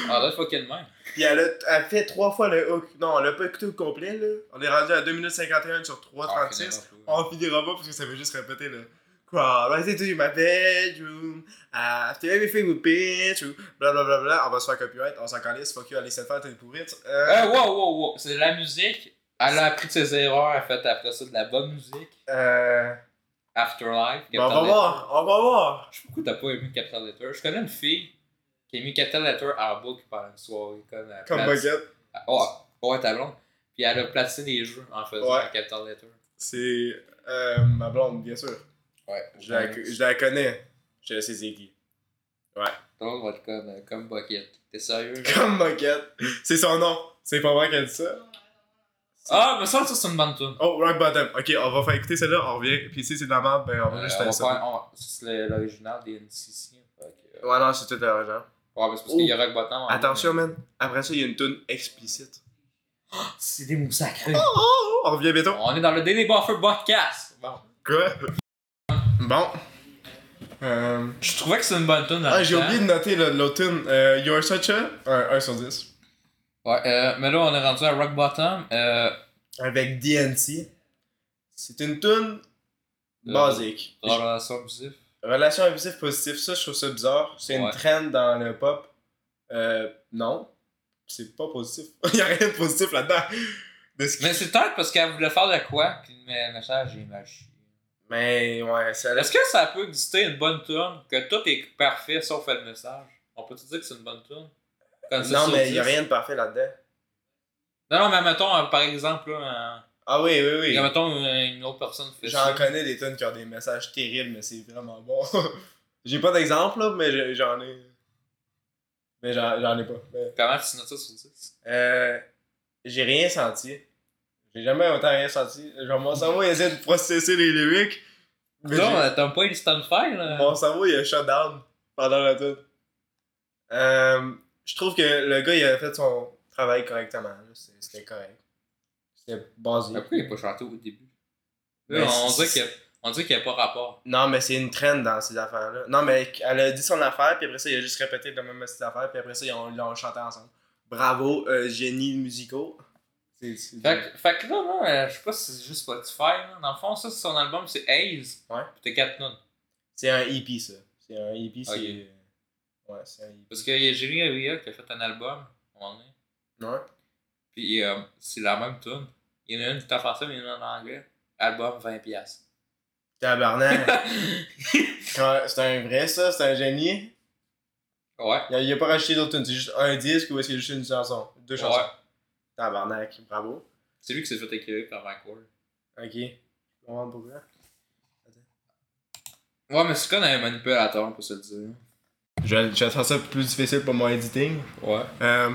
[SPEAKER 1] Ah, là, fucking même.
[SPEAKER 2] elle a, elle fait trois fois le hook. Non, on l'a pas écouté au complet, là. On est rendu à 2 minutes 51 sur 3.36.
[SPEAKER 1] Ah,
[SPEAKER 2] on finira pas parce que ça veut juste répéter le. crawl right into my bedroom after everything we've been through. Blablabla. On va se faire copyright, on s'en calisse, fuck you, allez se le faire, t'es pourri. tu- Euh,
[SPEAKER 1] Euh, wow, wow, wow. C'est de la musique. Elle a appris de ses erreurs, elle a fait après ça de la bonne musique.
[SPEAKER 2] euh,
[SPEAKER 1] Afterlife.
[SPEAKER 2] ben, on va
[SPEAKER 1] Capital
[SPEAKER 2] voir, on va voir.
[SPEAKER 1] Je sais pas pourquoi t'as pas aimé Capital Letter. Je connais une fille qui a aimé Capital Letter à boucle pendant une soirée. Comme, elle
[SPEAKER 2] Comme
[SPEAKER 1] place-
[SPEAKER 2] bucket,
[SPEAKER 1] Oh, ouais, ta blonde. Puis elle a placé des jeux en faisant
[SPEAKER 2] Ouais.
[SPEAKER 1] Capital Letter.
[SPEAKER 2] c'est euh, ma blonde, bien sûr.
[SPEAKER 1] Ouais.
[SPEAKER 2] Je la, je la connais. Je sais c'est qui.
[SPEAKER 1] Ta blonde va être comme, euh, comme Bucket. T'es sérieux? là?
[SPEAKER 2] Comme Bucket. C'est son nom. C'est pas vrai qu'elle dit ça.
[SPEAKER 1] Ah, mais ça, ça c'est une bonne tune.
[SPEAKER 2] Oh, Rock Bottom. Ok, on va faire écouter celle-là, on revient. Puis si c'est de la merde, ben on va
[SPEAKER 1] Euh,
[SPEAKER 2] juste
[SPEAKER 1] on va
[SPEAKER 2] faire ça.
[SPEAKER 1] faire- on- C'est le- l'original des NCC. fait que, euh,
[SPEAKER 2] Ouais, non, c'est tout à
[SPEAKER 1] Ouais,
[SPEAKER 2] genre.
[SPEAKER 1] mais c'est parce
[SPEAKER 2] Ouh.
[SPEAKER 1] qu'il y a Rock Bottom. en ligne,
[SPEAKER 2] Attention, man. Après ça, il y a une tune explicite.
[SPEAKER 1] mais- Ah, C'est des mots sacrés.
[SPEAKER 2] Oh, oh, on revient bientôt.
[SPEAKER 1] On est dans le Daily Buffer Podcast. Bon.
[SPEAKER 2] Quoi? Bon. Euh...
[SPEAKER 1] Je trouvais que c'est une bonne tune. dans
[SPEAKER 2] Ah,
[SPEAKER 1] le
[SPEAKER 2] j'ai
[SPEAKER 1] temps.
[SPEAKER 2] oublié de noter le- l'autre tune. Euh, You're such a. Un 1 sur 10.
[SPEAKER 1] Ouais, euh, mais là, on est rendu à Rock Bottom. Euh,
[SPEAKER 2] Avec DNC. C'est une tune
[SPEAKER 1] Euh,
[SPEAKER 2] basique.
[SPEAKER 1] relation abusive.
[SPEAKER 2] Relation abusive positive, ça, je trouve ça bizarre. C'est une
[SPEAKER 1] Ouais.
[SPEAKER 2] trend dans le pop. Euh, non. C'est pas positif. Il y a rien de positif là-dedans. De ce qui-
[SPEAKER 1] Mais c'est peut-être parce qu'elle voulait faire de quoi, puis le message est mal chié.
[SPEAKER 2] Mais ouais, ça
[SPEAKER 1] Est-ce que ça peut exister une bonne tune que tout est parfait sauf le message On peut-tu dire que c'est une bonne tune Comme ça,
[SPEAKER 2] Non,
[SPEAKER 1] sur
[SPEAKER 2] mais il y a
[SPEAKER 1] 10.
[SPEAKER 2] rien de parfait là-dedans.
[SPEAKER 1] Non, non, mais mettons, euh, par exemple, là,
[SPEAKER 2] Ah oui,
[SPEAKER 1] euh,
[SPEAKER 2] oui, oui.
[SPEAKER 1] mettons euh, une autre personne fait
[SPEAKER 2] J'en
[SPEAKER 1] ça.
[SPEAKER 2] connais des tonnes qui ont des messages terribles, mais c'est vraiment bon. J'ai pas d'exemple, là, mais j'ai- j'en ai. Mais j'en j'en ai pas. Mais,
[SPEAKER 1] Comment tu notes ça sur 10
[SPEAKER 2] euh, J'ai rien senti. J'ai jamais autant rien senti. Genre, mon cerveau il essaie de processer les lyrics. Mais j'ai-
[SPEAKER 1] Là, euh, t'as pas eu le Stonefire, là
[SPEAKER 2] Mon cerveau, il a shut down pendant la tune. Euh, je trouve que le gars, il a fait son travail correctement. là. C'est- C'était correct. C'était basé.
[SPEAKER 1] Mais Pourquoi il est pas chanté au début
[SPEAKER 2] Mais
[SPEAKER 1] Là, on,
[SPEAKER 2] c'est-
[SPEAKER 1] dirait qu'il y a- on dirait qu'il n'y a pas rapport.
[SPEAKER 2] Non, mais c'est une traîne dans ces affaires-là. Non, mais elle a dit son affaire, puis après ça, il a juste répété le même petite affaire, puis après ça, ils ont- ils l'ont chanté ensemble. Bravo, euh, génie musicaux. C'est c'est-
[SPEAKER 1] Fait, que- fait que là, là, euh, je sais pas si c'est juste Spotify, là. Dans le fond, ça, c'est son album, c'est Haze.
[SPEAKER 2] Ouais.
[SPEAKER 1] Puis t'as 4 tunes.
[SPEAKER 2] c'est un EP, ça. C'est un EP, c'est. euh,
[SPEAKER 1] Ok.
[SPEAKER 2] Ouais, c'est un EP.
[SPEAKER 1] Parce qu'il y a Jerry Area qui a fait un album, à un moment donné.
[SPEAKER 2] Ouais.
[SPEAKER 1] Puis euh, c'est la même tune. Il y en a une qui est en français, mais il y en a une en anglais. Album 20$.
[SPEAKER 2] Tabarnak. Quand- c'est un vrai, ça, c'est un génie.
[SPEAKER 1] ouais.
[SPEAKER 2] Il a, il a pas racheté d'autres tunes, c'est juste un disque ou est-ce qu'il y a juste une chanson Deux chansons.
[SPEAKER 1] Ouais.
[SPEAKER 2] Tabarnak, bravo.
[SPEAKER 1] C'est lui qui s'est fait écrire par Vancouver.
[SPEAKER 2] Ok. Je comprends pourquoi.
[SPEAKER 1] Ouais, mais c'est comme un manipulateur, on peut se le dire.
[SPEAKER 2] Je, je vais faire ça plus difficile pour mon editing.
[SPEAKER 1] Ouais.
[SPEAKER 2] Euh,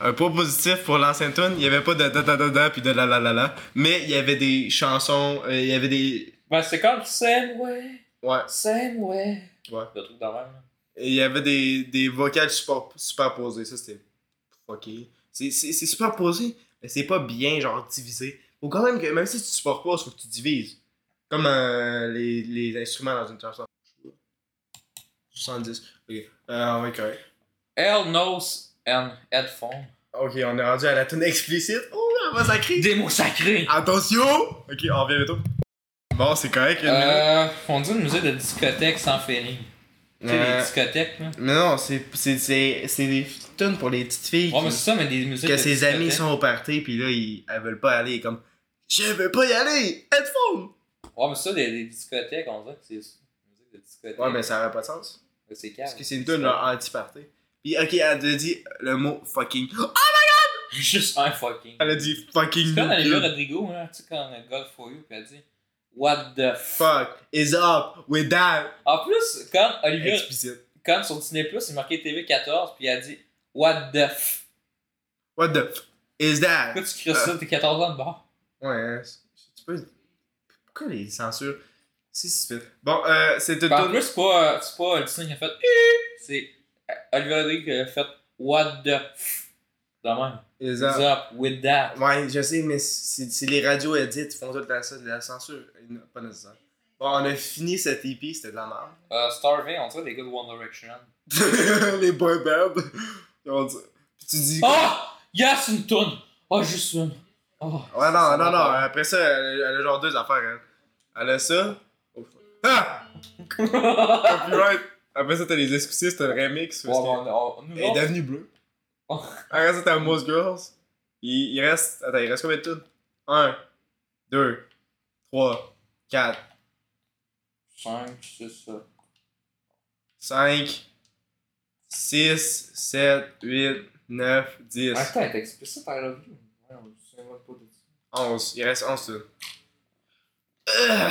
[SPEAKER 2] un point positif pour l'ancienne tune, il y avait pas de da da da da puis de la la la la, mais il y avait des chansons, euh, il y avait des
[SPEAKER 1] Ben, c'est comme Same Way,
[SPEAKER 2] ouais,
[SPEAKER 1] Same Way.
[SPEAKER 2] Ouais.
[SPEAKER 1] Le truc dans le même. là.
[SPEAKER 2] Et il y avait des des vocales super, superposées, ça c'était fucké. C'est c'est c'est superposé, mais c'est pas bien genre divisé. Faut quand même que même si tu superposes, faut que tu divises. Comme euh, les, les instruments dans une chanson. 70. OK. Euh, ouais, correct.
[SPEAKER 1] Hell Knows and Headphone.
[SPEAKER 2] OK, on est rendu à la tune explicite. Oh, on va sacrer.
[SPEAKER 1] Des mots sacrés!
[SPEAKER 2] Attention! Ok, on revient bientôt. Bon, c'est correct. une minute.
[SPEAKER 1] Euh, on dit une musique de discothèque sans feeling. Tu sais,
[SPEAKER 2] Euh,
[SPEAKER 1] les discothèques, là.
[SPEAKER 2] Mais non, c'est c'est- c'est- c'est des tunes pour les petites filles.
[SPEAKER 1] Ouais,
[SPEAKER 2] qui-
[SPEAKER 1] mais c'est ça, mais des musiques.
[SPEAKER 2] que
[SPEAKER 1] de
[SPEAKER 2] ses amis
[SPEAKER 1] discothèque.
[SPEAKER 2] sont au party, puis là, ils, elles veulent pas aller. Comme, je veux pas y aller! Headphone!
[SPEAKER 1] Ouais, mais ça, des, des discothèques, on dirait que c'est une musique de discothèque.
[SPEAKER 2] Ouais, mais ça aurait pas de sens.
[SPEAKER 1] Mais c'est
[SPEAKER 2] Parce que c'est une tune genre anti-party. Puis, ok, elle a dit le mot fucking. Ah!
[SPEAKER 1] Juste un fucking.
[SPEAKER 2] Elle a dit fucking.
[SPEAKER 1] C'est comme dans les
[SPEAKER 2] good.
[SPEAKER 1] jeux Rodrigo, hein, tu sais, quand le God for You, puis elle dit What the fuck.
[SPEAKER 2] Fuck is up with that!
[SPEAKER 1] En plus, quand Olivia,
[SPEAKER 2] Explicite.
[SPEAKER 1] quand sur Disney Plus, il marquait TV14, puis elle dit What the f.
[SPEAKER 2] What the f is that?
[SPEAKER 1] Pourquoi tu cries
[SPEAKER 2] Euh.
[SPEAKER 1] ça, t'es 14 ans de bord
[SPEAKER 2] Ouais, hein, c'est- tu peux. Pourquoi les censures Si, si, vite. Bon, euh, c'est une
[SPEAKER 1] Puis En
[SPEAKER 2] tune.
[SPEAKER 1] plus, c'est pas, euh, c'est pas Disney qui a fait Hi C'est euh, Olivia Rodrigo qui a fait What the f. De même.
[SPEAKER 2] Is
[SPEAKER 1] What's
[SPEAKER 2] up.
[SPEAKER 1] up with that.
[SPEAKER 2] Ouais, je sais, mais c'est c'est les radios edits qui font tout le temps ça, de la censure. Non, Pas nécessaire. Bon, on a fini cet EP, c'était de la
[SPEAKER 1] Euh, Starving, on dirait les gars de One Direction.
[SPEAKER 2] merde. les boy bands. Ils vont dire- Puis tu dis.
[SPEAKER 1] Ah! Yes, une tonne! Ah, juste une! Ah,
[SPEAKER 2] ouais, non,
[SPEAKER 1] ça
[SPEAKER 2] non,
[SPEAKER 1] va
[SPEAKER 2] hein. non.
[SPEAKER 1] pas.
[SPEAKER 2] Après ça, elle, a- elle a genre deux affaires. hein. Elle a ça. Oh, fuck. Ah! Copyright. Après ça, t'as les excuses, t'as le remix. parce que- Elle est devenue bleue.
[SPEAKER 1] Oh.
[SPEAKER 2] Après ça, t'as Most Girls. Il, il reste. Attends, il reste combien de tunes 1, 2, 3, 4,
[SPEAKER 1] 5, 6, 7.
[SPEAKER 2] 5, 6, 7, 8, 9, 10,
[SPEAKER 1] Attends, t'es explicite, I love you. Ouais, on se souvient pas de ça.
[SPEAKER 2] 11. Il reste 11 tunes. Euh.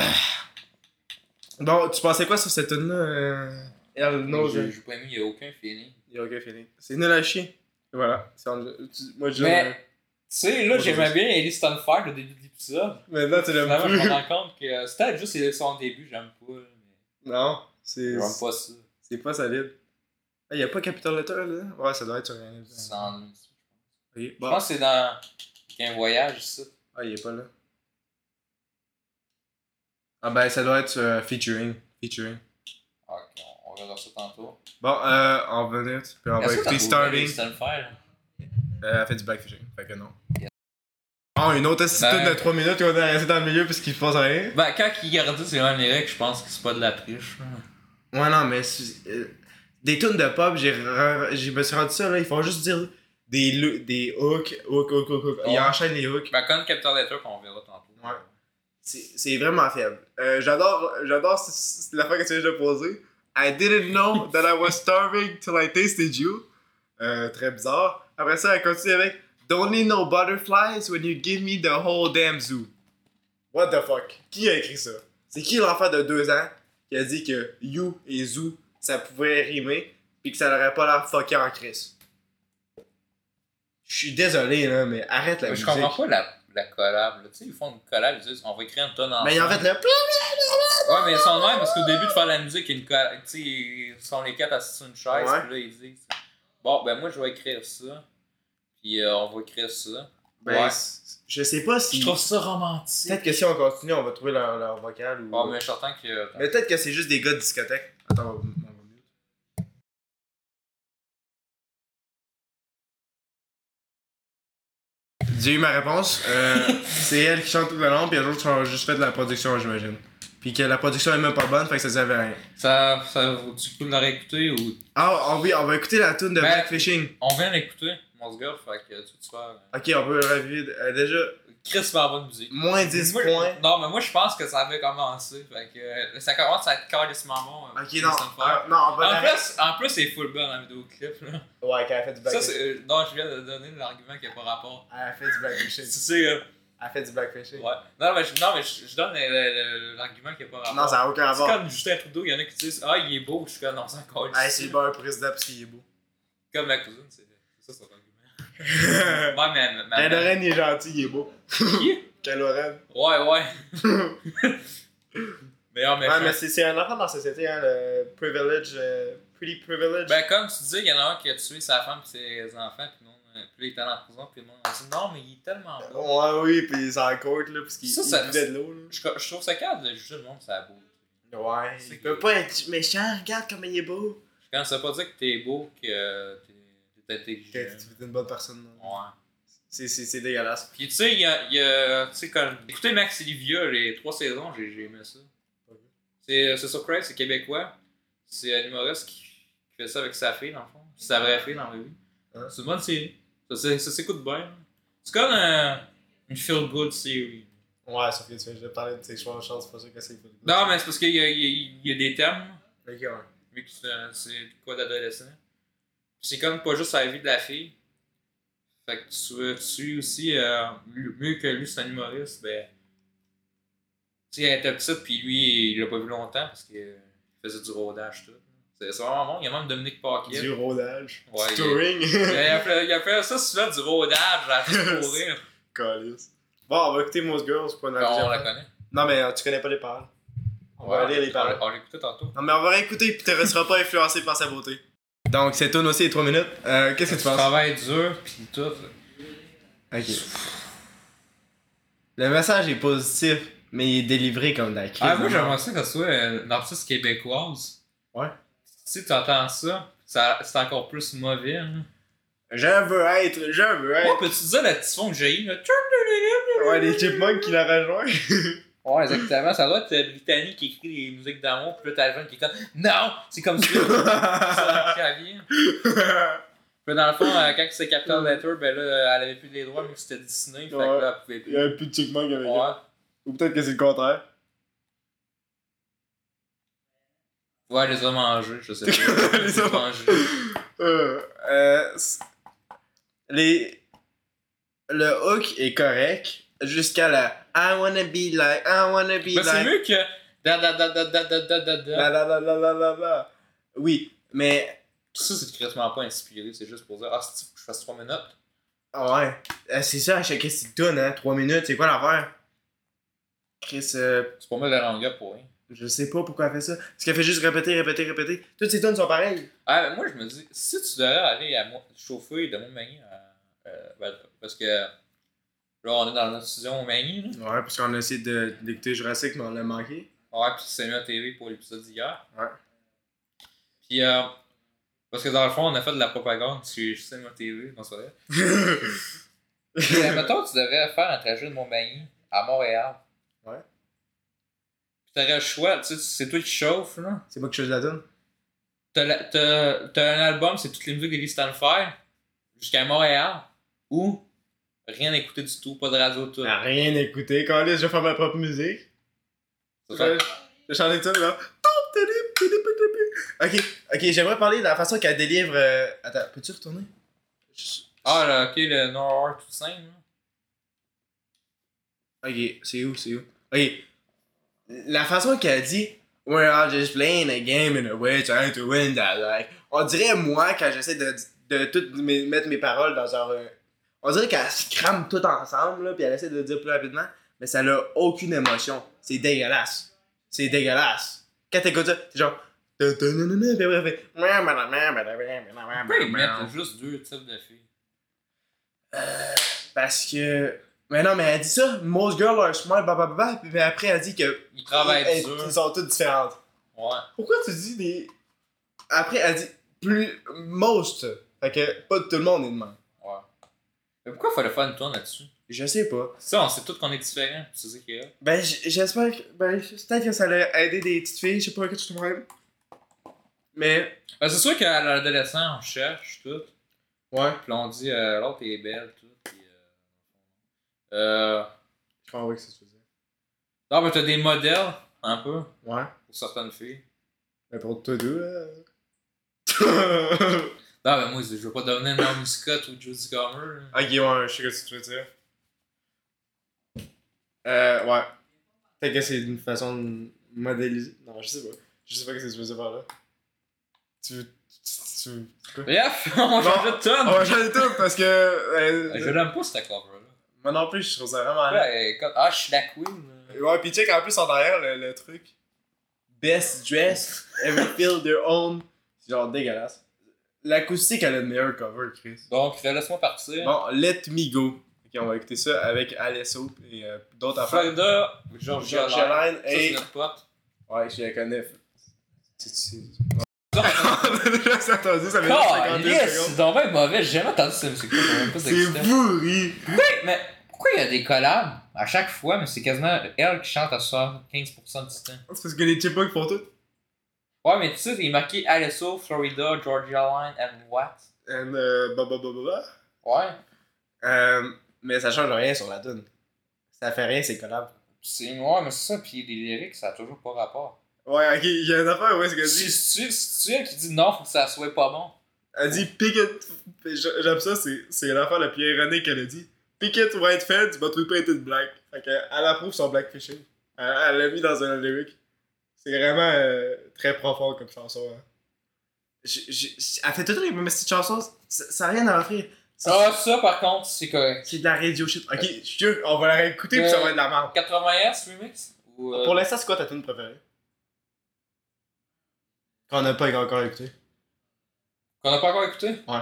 [SPEAKER 2] Bon, tu pensais quoi sur cette tune-là euh... Elle,
[SPEAKER 1] Non,
[SPEAKER 2] no,
[SPEAKER 1] je
[SPEAKER 2] je.
[SPEAKER 1] joue pas mis, il y a aucun feeling.
[SPEAKER 2] Il y a aucun feeling. C'est nul à chier. Et Voilà. C'est en- tu- Moi, je.
[SPEAKER 1] Mais- Tu sais, là,
[SPEAKER 2] Moi,
[SPEAKER 1] j'aimais
[SPEAKER 2] je-
[SPEAKER 1] bien Alice on Fire au début de l'épisode.
[SPEAKER 2] Maintenant, tu l'aimes
[SPEAKER 1] Finalement, je me
[SPEAKER 2] plus.
[SPEAKER 1] rends compte que euh, c'était juste les- son début, j'aime pas. là, mais
[SPEAKER 2] Non, c'est.
[SPEAKER 1] J'aime pas ça.
[SPEAKER 2] C'est pas solide. Ah, Il n'y a pas Capital Letter là Ouais, ça doit être sur un.
[SPEAKER 1] C'est dans le-
[SPEAKER 2] Ok,
[SPEAKER 1] Je
[SPEAKER 2] bon.
[SPEAKER 1] pense que c'est dans qu'un voyage, ça.
[SPEAKER 2] Ah, il est pas là. Ah, ben ça doit être sur featuring. Featuring.
[SPEAKER 1] Ok, on- on regardera ça tantôt.
[SPEAKER 2] Bon, euh, en minute. Puis on va
[SPEAKER 1] Est-ce que t'as
[SPEAKER 2] écouter
[SPEAKER 1] trouvé
[SPEAKER 2] Starving.
[SPEAKER 1] Alice on Fire?
[SPEAKER 2] Euh, elle fait du backfishing. Fait que non.
[SPEAKER 1] Yeah.
[SPEAKER 2] Oh, une autre astuce
[SPEAKER 1] Ben-
[SPEAKER 2] de 3 minutes qu'on a resté dans le milieu parce qu'il se passe rien.
[SPEAKER 1] Ben, quand il gardait ses mêmes lyrics, je pense que c'est pas de la triche. là.
[SPEAKER 2] Ouais, non, mais. c'est- euh, des tunes de pop, j'ai re- j'ai- me suis rendu ça là. Ils font juste dire des, lo- des hooks, hook, hook, hook, hook. Ils
[SPEAKER 1] Ouais.
[SPEAKER 2] enchaînent les hooks.
[SPEAKER 1] Ben, comme Captain Letter, qu'on verra tantôt.
[SPEAKER 2] Ouais. C'est c'est vraiment faible. Euh, j'adore, j'adore c- c- la fois que tu viens de poser. I didn't know that I was starving till I tasted you. Euh, très bizarre. Après ça, elle continue avec Don't need no butterflies when you give me the whole damn zoo. What the fuck? Qui a écrit ça? C'est qui l'enfant de 2 ans qui a dit que you et zoo, ça pouvait rimer puis que ça n'aurait pas l'air fucké en crise? Je suis désolé, là, mais arrête la
[SPEAKER 1] Mais je
[SPEAKER 2] musique.
[SPEAKER 1] comprends pas la, la collab. là. Tu sais, ils font une collab, ils disent on va écrire une tonne ensemble.
[SPEAKER 2] Mais Ben, en fait, là,
[SPEAKER 1] Ouais, mais ils sont de même parce qu'au début de faire la musique, il y a une collab. Tu sais, ils sont les quatre assis sur une chaise,
[SPEAKER 2] Ouais.
[SPEAKER 1] puis là, ils disent Bon, ben moi, je vais écrire ça. Puis euh, on va écrire ça.
[SPEAKER 2] ben,
[SPEAKER 1] Ouais.
[SPEAKER 2] c- je sais pas si.
[SPEAKER 1] Je trouve ça romantique.
[SPEAKER 2] Peut-être que si on continue, on va trouver leur, leur vocal ou.
[SPEAKER 1] Bon, mais je suis certain que. euh,
[SPEAKER 2] Mais peut-être que c'est juste des gars de discothèque. Attends, on va- on va mute. J'ai eu ma réponse. Euh, c'est elle qui chante tout le long, puis un jour, tu as juste fait de la production, j'imagine. Puis que la production est même pas bonne, fait que ça servait à rien.
[SPEAKER 1] Ça, ça, tu peux l'aurais écouté ou.
[SPEAKER 2] Ah, oh, oui, on va écouter la tune de
[SPEAKER 1] Ben-
[SPEAKER 2] Blackfishing.
[SPEAKER 1] On vient d'écouter, mon gars, fait que tu te fais. euh,
[SPEAKER 2] Ok, on peut revivre. euh, déjà,
[SPEAKER 1] Chris par bonne musique.
[SPEAKER 2] moins 10
[SPEAKER 1] Moi,
[SPEAKER 2] points.
[SPEAKER 1] Non, mais moi, je pense que ça avait commencé. Fait que euh, ça commence à être carrément bon. euh,
[SPEAKER 2] Ok,
[SPEAKER 1] Chris
[SPEAKER 2] non.
[SPEAKER 1] Van Fire.
[SPEAKER 2] euh, non, on va
[SPEAKER 1] En
[SPEAKER 2] arrêter.
[SPEAKER 1] plus, en plus, c'est full bon dans la vidéoclip. Là.
[SPEAKER 2] Ouais, quand elle fait du
[SPEAKER 1] Ça,
[SPEAKER 2] blackfishing.
[SPEAKER 1] c'est. euh, non, je viens de donner l'argument qui n'a pas rapport.
[SPEAKER 2] Elle a fait du
[SPEAKER 1] Tu
[SPEAKER 2] blackfishing.
[SPEAKER 1] sais, euh,
[SPEAKER 2] Elle fait du blackfishing.
[SPEAKER 1] ouais. Non, mais je, non, mais je, je donne le- le- le- l'argument qui n'a pas rapport.
[SPEAKER 2] Non, ça n'a aucun
[SPEAKER 1] Ah c'est
[SPEAKER 2] rapport.
[SPEAKER 1] comme Justin Trudeau, il y en a qui disent Ah, il est beau, je suis comme dans un col.
[SPEAKER 2] Hey, Ah, c'est le meilleur président parce qu'il est beau.
[SPEAKER 1] Comme ma cousine, c'est c'est ça son argument. ouais, mais ma, ma,
[SPEAKER 2] Quand Ben, Lorraine il est gentil, il est beau.
[SPEAKER 1] Qui?
[SPEAKER 2] Quand Lorraine.
[SPEAKER 1] Ouais, ah, ouais.
[SPEAKER 2] ouais,
[SPEAKER 1] Meilleur méchant.
[SPEAKER 2] mais c'est c'est un enfant dans la société, hein, le privilege, euh, pretty privilege.
[SPEAKER 1] Ben, comme tu dis, il y en a un qui a tué sa femme et ses enfants, puis non, euh, puis là, il est allé en prison, puis le monde a dit non, mais il est tellement beau.
[SPEAKER 2] Ouais, oui, pis ils en court, là, parce qu'il
[SPEAKER 1] Ça, ça-
[SPEAKER 2] il buvait de l'eau, là.
[SPEAKER 1] Je, je trouve ça calme de juger le monde, ça beau.
[SPEAKER 2] Ouais.
[SPEAKER 1] C'est
[SPEAKER 2] Il peut
[SPEAKER 1] que-
[SPEAKER 2] pas être méchant, regarde comme il est beau.
[SPEAKER 1] Quand ça veut pas dire que t'es beau, que euh, t'es- t'es intelligent.
[SPEAKER 2] T'es t'es une bonne personne, là.
[SPEAKER 1] Ouais.
[SPEAKER 2] C'est- C'est c'est dégueulasse.
[SPEAKER 1] Puis tu sais, il y a. il y a- tu sais, quand. Écoutez Max Livia, les trois saisons, j'ai j'ai aimé ça.
[SPEAKER 2] Ok.
[SPEAKER 1] C'est c'est sur Craig, c'est québécois. C'est un humoriste qui, qui fait ça avec sa fille, dans le fond. C'est sa vraie fille dans la vie.
[SPEAKER 2] Hein?
[SPEAKER 1] C'est une bonne série. Ça, s'é- ça s'écoute bien. C'est comme un- une feel good série.
[SPEAKER 2] Ouais, sauf que tu viens de parler de tes choix en chance, c'est pas sûr que c'est
[SPEAKER 1] Non, mais c'est parce qu'il y, a- il y a- il y a des thèmes,
[SPEAKER 2] Ok, ouais.
[SPEAKER 1] mais que c'est un- c'est quoi d'adolescent. C'est comme pas juste la vie de la fille. Fait que tu, euh, tu suis aussi, euh, lui- mieux que lui, c'est un humoriste, ben. Tu sais, elle était petite, puis lui, il l'a pas vu longtemps parce qu'il faisait du rodage, tout. C'est c'est vraiment bon. Il y a même Dominique Paquet.
[SPEAKER 2] Du rodage.
[SPEAKER 1] Ouais,
[SPEAKER 2] du
[SPEAKER 1] il-
[SPEAKER 2] touring.
[SPEAKER 1] Il a, fait, il a fait ça souvent du rodage, à juste courir.
[SPEAKER 2] Calice. Bon, on va écouter Most Girls pour la
[SPEAKER 1] Ben, on
[SPEAKER 2] deuxième
[SPEAKER 1] la
[SPEAKER 2] fois.
[SPEAKER 1] connaît.
[SPEAKER 2] Non, mais euh, tu connais pas les paroles. On va lire les paroles.
[SPEAKER 1] On l'écoutait tantôt.
[SPEAKER 2] Non, mais on va réécouter puis tu ne seras pas influencé par sa beauté. Donc, c'est tune aussi les 3 minutes. Euh, Qu'est-ce que tu penses?
[SPEAKER 1] travail dur, puis tout. Ah.
[SPEAKER 2] Ok. Le message est positif, mais il est délivré comme de la crise.
[SPEAKER 1] Ah, moi, j'aimerais ça que ce soit euh, une artiste québécoise.
[SPEAKER 2] Ouais.
[SPEAKER 1] Si tu entends ça, ça c'est encore plus mauvais. Hein.
[SPEAKER 2] Je veux être, je veux
[SPEAKER 1] Ouais,
[SPEAKER 2] être.
[SPEAKER 1] peux-tu dire la petite fond que j'ai eu, là? Tchou!
[SPEAKER 2] Ouais, les chipmunks qui la rejoignent.
[SPEAKER 1] Ouais, exactement. Ça doit être euh, Britannique qui écrit des musiques d'amour, puis là, t'as le jeune qui est comme Non C'est comme ça Sur le clavier. Puis dans le fond, euh, quand c'est Capital Letter, ben là, elle avait plus les droits, mais c'était Disney, fait que
[SPEAKER 2] Ouais.
[SPEAKER 1] là, elle pouvait
[SPEAKER 2] Il
[SPEAKER 1] plus.
[SPEAKER 2] y a un plus de chick avec elle.
[SPEAKER 1] Ouais.
[SPEAKER 2] Ou peut-être que c'est le contraire.
[SPEAKER 1] Ouais, les hommes en jeu, je sais pas.
[SPEAKER 2] Les hommes
[SPEAKER 1] en jeu.
[SPEAKER 2] Euh, euh, c- les... Le hook est correct jusqu'à la I wanna be like, I wanna be
[SPEAKER 1] Mais Ben, c'est
[SPEAKER 2] like.
[SPEAKER 1] mieux que. Da da da da da da da da da.
[SPEAKER 2] La la la la la la la. Oui, mais.
[SPEAKER 1] Tout ça, c'est quasiment pas inspiré, c'est juste pour dire Ah, c'est que je fasse 3 minutes.
[SPEAKER 2] ah Ouais. Euh, C'est ça, à chaque question donne, hein. 3 minutes, c'est quoi l'affaire? Chris, euh,
[SPEAKER 1] C'est pas mal de longueur pour rien.
[SPEAKER 2] je sais pas pourquoi elle fait ça. Parce qu'elle fait juste répéter, répéter, répéter. Toutes ces tonnes sont pareilles.
[SPEAKER 1] Ah, mais moi, je me dis, si tu devais aller à Mo- chauffer de Montmagny, à- euh, ben, parce que là, on est dans notre studio Montmagny, là.
[SPEAKER 2] Ouais, parce qu'on a essayé de- d'écouter Jurassic, mais on l'a manqué.
[SPEAKER 1] Ah Ouais, puis c'est mis à TV pour l'épisode d'hier.
[SPEAKER 2] Ouais.
[SPEAKER 1] Puis, euh, parce que dans le fond, on a fait de la propagande sur Cinéma TV, dans ce vrai. Mais mettons, tu devrais faire un trajet de Montmagny à Montréal.
[SPEAKER 2] Ouais.
[SPEAKER 1] Puis t'aurais le choix, tu sais, c'est toi qui chauffe, là.
[SPEAKER 2] c'est moi qui chose la donne.
[SPEAKER 1] T'as la- T'as t'as un album, c'est toutes les musiques d'Elise Stanford, jusqu'à Montréal, ou rien écouter du tout, pas de radio, tout.
[SPEAKER 2] T'as rien écouté, quand je vais faire ma propre musique.
[SPEAKER 1] Ça fait-
[SPEAKER 2] Je je chantais ça, là. Ok, ok, j'aimerais parler de la façon qu'elle délivre. euh, Attends, peux-tu retourner?
[SPEAKER 1] Ah, là, ok, le Noir tout simple. là.
[SPEAKER 2] Ok, c'est où, c'est où? Ok. La façon qu'elle dit We're all just playing a game in a way trying to win that like. On dirait moi quand j'essaie de, de tout mes- mettre mes paroles dans genre. euh, on dirait qu'elle se crame tout ensemble là, puis elle essaie de le dire plus rapidement, mais ça n'a aucune émotion. C'est dégueulasse. C'est dégueulasse. Quand t'écoutes ça, t'es genre. Puis après, elle fait, Ah,
[SPEAKER 1] On peut y mettre juste deux types de filles.
[SPEAKER 2] Parce que. Mais non, mais elle dit ça. Most girls are smart, blablabla. Puis après, elle dit que
[SPEAKER 1] Ils travaillent
[SPEAKER 2] elles-
[SPEAKER 1] Ah, ben, dur.
[SPEAKER 2] elles sont toutes différentes.
[SPEAKER 1] Ouais.
[SPEAKER 2] Pourquoi tu dis des. Après, elle dit plus. Most. Fait que pas tout le monde est de même.
[SPEAKER 1] Ouais. Mais pourquoi il fallait faire une tourne là-dessus?
[SPEAKER 2] Je sais pas.
[SPEAKER 1] Ça, on sait tous qu'on est différents, tu sais qu'il y a.
[SPEAKER 2] Ben, j- j'espère que. Ben, peut-être que ça l'a aidé des petites filles. Je sais pas, que tu même. Mais.
[SPEAKER 1] Ben, c'est sûr qu'à l'adolescent, on cherche tout.
[SPEAKER 2] Ouais.
[SPEAKER 1] Puis on dit, euh, l'autre est belle, tout. Puis, euh, euh,
[SPEAKER 2] Je comprends pas ce que tu veux dire.
[SPEAKER 1] Non, mais t'as des modèles, un peu,
[SPEAKER 2] Ouais.
[SPEAKER 1] pour certaines filles.
[SPEAKER 2] Mais pour toi deux, là.
[SPEAKER 1] Non, mais Bah moi, je veux pas devenir Naomi Scott ou Judy Comer. là.
[SPEAKER 2] Ok, ouais, je sais ce que tu veux dire. Euh, ouais. Peut-être que c'est une façon de modéliser. Non, je sais pas. Je sais pas ce que tu veux dire par là. Tu veux. Tu veux. Ah,
[SPEAKER 1] Bref, on change de tonne.
[SPEAKER 2] On va changer de tout parce que. euh,
[SPEAKER 1] Je l'aime pas, cette cover-là.
[SPEAKER 2] Moi non plus, je trouve ça vraiment. laid.
[SPEAKER 1] Ouais, comme- Ah, je suis la queen. là.
[SPEAKER 2] Ouais, pis check en plus en derrière le, le truc. Best dress, every feel their own. C'est genre dégueulasse. L'acoustique, elle a le meilleur cover, Chris.
[SPEAKER 1] Donc, laisse-moi partir.
[SPEAKER 2] Bon, Let Me Go. Ok, on va écouter ça avec Alesso et euh, d'autres affaires.
[SPEAKER 1] Florida, Georgia
[SPEAKER 2] Georgia
[SPEAKER 1] Line.
[SPEAKER 2] Line
[SPEAKER 1] Ça, c'est
[SPEAKER 2] et.
[SPEAKER 1] notre pote.
[SPEAKER 2] Ouais, je la connais. Tu- tu-
[SPEAKER 1] Non,
[SPEAKER 2] On a déjà entendu, ça fait juste 52
[SPEAKER 1] yes,
[SPEAKER 2] secondes.
[SPEAKER 1] c'est donc bien mauvais, j'ai jamais entendu cette musique-là, j'ai même pas
[SPEAKER 2] C'est
[SPEAKER 1] d'existence.
[SPEAKER 2] pourri!
[SPEAKER 1] Mais pourquoi il y a des collabs à chaque fois, mais c'est quasiment elle qui chante à 75% du temps?
[SPEAKER 2] C'est parce que les chipmunks font tout.
[SPEAKER 1] Ouais, mais tu sais, il est marqué Alesso, Florida, Georgia Line, and what?
[SPEAKER 2] And, euh, bah, bah, bah, bah, bah.
[SPEAKER 1] Ouais,
[SPEAKER 2] Euh, mais ça change rien sur la tune. Ça fait rien, c'est collab.
[SPEAKER 1] c'est ouais, mais c'est ça, pis les lyrics, ça a toujours pas rapport.
[SPEAKER 2] Ouais, ok, il y a une affaire, ouais, ce qu'elle
[SPEAKER 1] C'est
[SPEAKER 2] dit.
[SPEAKER 1] c'est- c'est elle qui dit non, faut que ça soit pas bon.
[SPEAKER 2] Elle dit Picket. J'aime ça, c'est c'est l'affaire la plus ironique qu'elle a dit. Picket white fence, but we painted black. Fait qu'elle elle approuve son blackfishing. Elle elle l'a mis dans un lyric. C'est vraiment euh, très profond comme chanson. hein. Je, je, je- elle fait tout les mêmes petites chansons, ça ça a rien à offrir. C'est-
[SPEAKER 1] Ah, ça par contre, c'est correct.
[SPEAKER 2] C'est de la radio shit. Ok, je suis sûr, on va la réécouter puis ça va être de la merde.
[SPEAKER 1] 80S remix? Ou, euh,
[SPEAKER 2] Pour l'instant, c'est quoi ta tune préférée Qu'on n'a pas encore écouté.
[SPEAKER 1] Qu'on a pas encore écouté?
[SPEAKER 2] Ouais.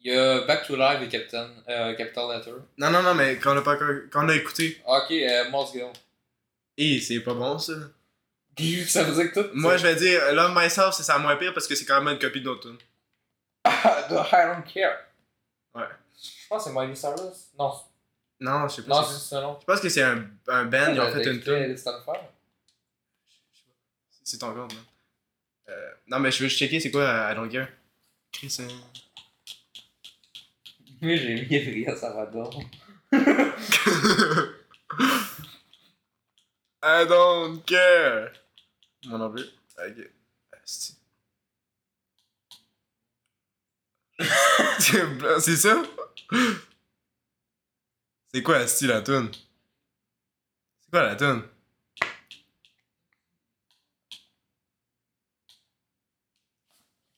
[SPEAKER 1] Il y a Back to Live et Captain, euh, Capital Letter.
[SPEAKER 2] Non, non, non, mais qu'on n'a pas encore. qu'on a écouté.
[SPEAKER 1] Ok, euh, Moss Girl.
[SPEAKER 2] Eh, c'est pas bon ça.
[SPEAKER 1] ça veut dire que tout.
[SPEAKER 2] Moi, je vais dire Love Myself, c'est ça moins pire parce que c'est quand même une copie de notre tune.
[SPEAKER 1] Ah, de I Don't Care.
[SPEAKER 2] Ouais.
[SPEAKER 1] Je pense que c'est ben, Miley Cyrus. Non.
[SPEAKER 2] Non, je sais pas.
[SPEAKER 3] Non,
[SPEAKER 2] c'est-
[SPEAKER 3] c'est ça, non.
[SPEAKER 2] Je pense que c'est un, un band,
[SPEAKER 1] Euh,
[SPEAKER 2] ils ont fait une tune.
[SPEAKER 3] C'est Stanford.
[SPEAKER 2] C'est ton compte, non? Euh, non, mais je veux juste checker c'est quoi euh, à longueur. Chris, euh,
[SPEAKER 3] Moi, j'ai mis Gabriel Salvador.
[SPEAKER 2] I don't care! Moi non plus. Ok. Asti. C'est blanc, c'est ça? C'est quoi Asti la toune? C'est quoi la toune?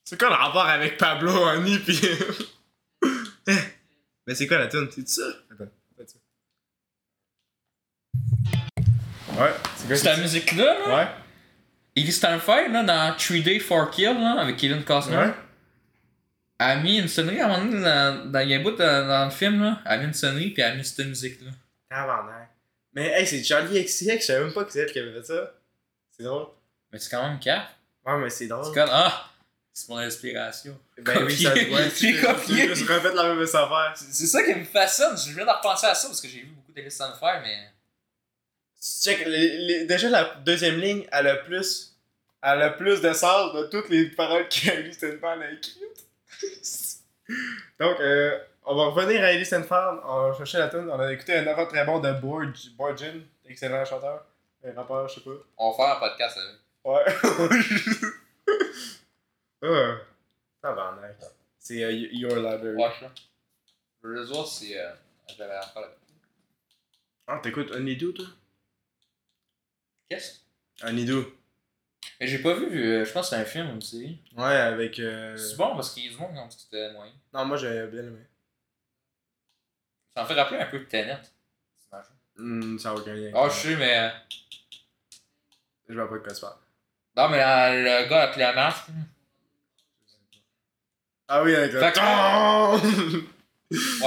[SPEAKER 2] C'est quoi le rapport avec Pablo Honey pis. Eh, Mais c'est quoi la toune? C'est ça? Attends, attends. Ouais, c'est quoi
[SPEAKER 1] Cette musique-là, là,
[SPEAKER 2] Ouais,
[SPEAKER 1] Ellie Stanford, là, dans 3 Day 4 Kill, là, avec Kevin Costner,
[SPEAKER 2] ouais.
[SPEAKER 1] elle a mis une sonnerie à un moment donné dans, dans, il y a un bout dans, dans le film, là. Elle a mis une sonnerie, puis elle a mis cette musique-là.
[SPEAKER 2] Tabarnak. Mais hey, c'est Charlie XCX, je savais même pas que c'est elle qui avait fait ça. C'est drôle.
[SPEAKER 1] Mais c'est quand même cap.
[SPEAKER 2] Ouais, mais c'est drôle.
[SPEAKER 1] C'est comme, ah, c'est mon inspiration.
[SPEAKER 2] Ben oui, ça
[SPEAKER 1] copié.
[SPEAKER 2] ouais,
[SPEAKER 1] J'ai
[SPEAKER 2] c'est-
[SPEAKER 1] copié.
[SPEAKER 2] J'ai juste refait la même affaire.
[SPEAKER 1] C'est c'est ça qui me fascine. Je viens de repenser à ça parce que j'ai vu beaucoup d'Ellie Stanford, mais.
[SPEAKER 2] Check, les- les- déjà la deuxième ligne, elle a plus. Elle a plus de sens de toutes les paroles qu'Ellie Stenfarm a écrites. Donc, euh, on va revenir à Ellie Stenfarm. On cherchait la tune. On a écouté un avant très bon de Borg- Borgin, excellent chanteur. Un rappeur, je sais pas.
[SPEAKER 1] On va faire un podcast avec.
[SPEAKER 2] Ouais. Ah. Tabarnak. C'est euh, y- Your Library.
[SPEAKER 1] Watch, là. Le réseau, c'est. Euh, J'avais à faire.
[SPEAKER 2] Ah, t'écoutes Only Do, toi
[SPEAKER 1] Qu'est-ce
[SPEAKER 2] Only Do.
[SPEAKER 1] Mais j'ai pas vu, euh, je pense que c'est un film aussi.
[SPEAKER 2] Ouais, avec. euh,
[SPEAKER 1] C'est bon parce qu'il y a du monde qui ont dit que c'était moyen.
[SPEAKER 2] Non, moi j'avais bien aimé.
[SPEAKER 1] Ça me fait rappeler un peu Tenet. C'est marrant.
[SPEAKER 2] Hmm, ça n'a aucun lien.
[SPEAKER 1] Ah, je sais, mais.
[SPEAKER 2] Je vois pas de quoi tu parles.
[SPEAKER 1] Non, mais euh, le gars avec la masque.
[SPEAKER 2] Ah oui, avec Ah! le.
[SPEAKER 1] Fait que-
[SPEAKER 2] Tom!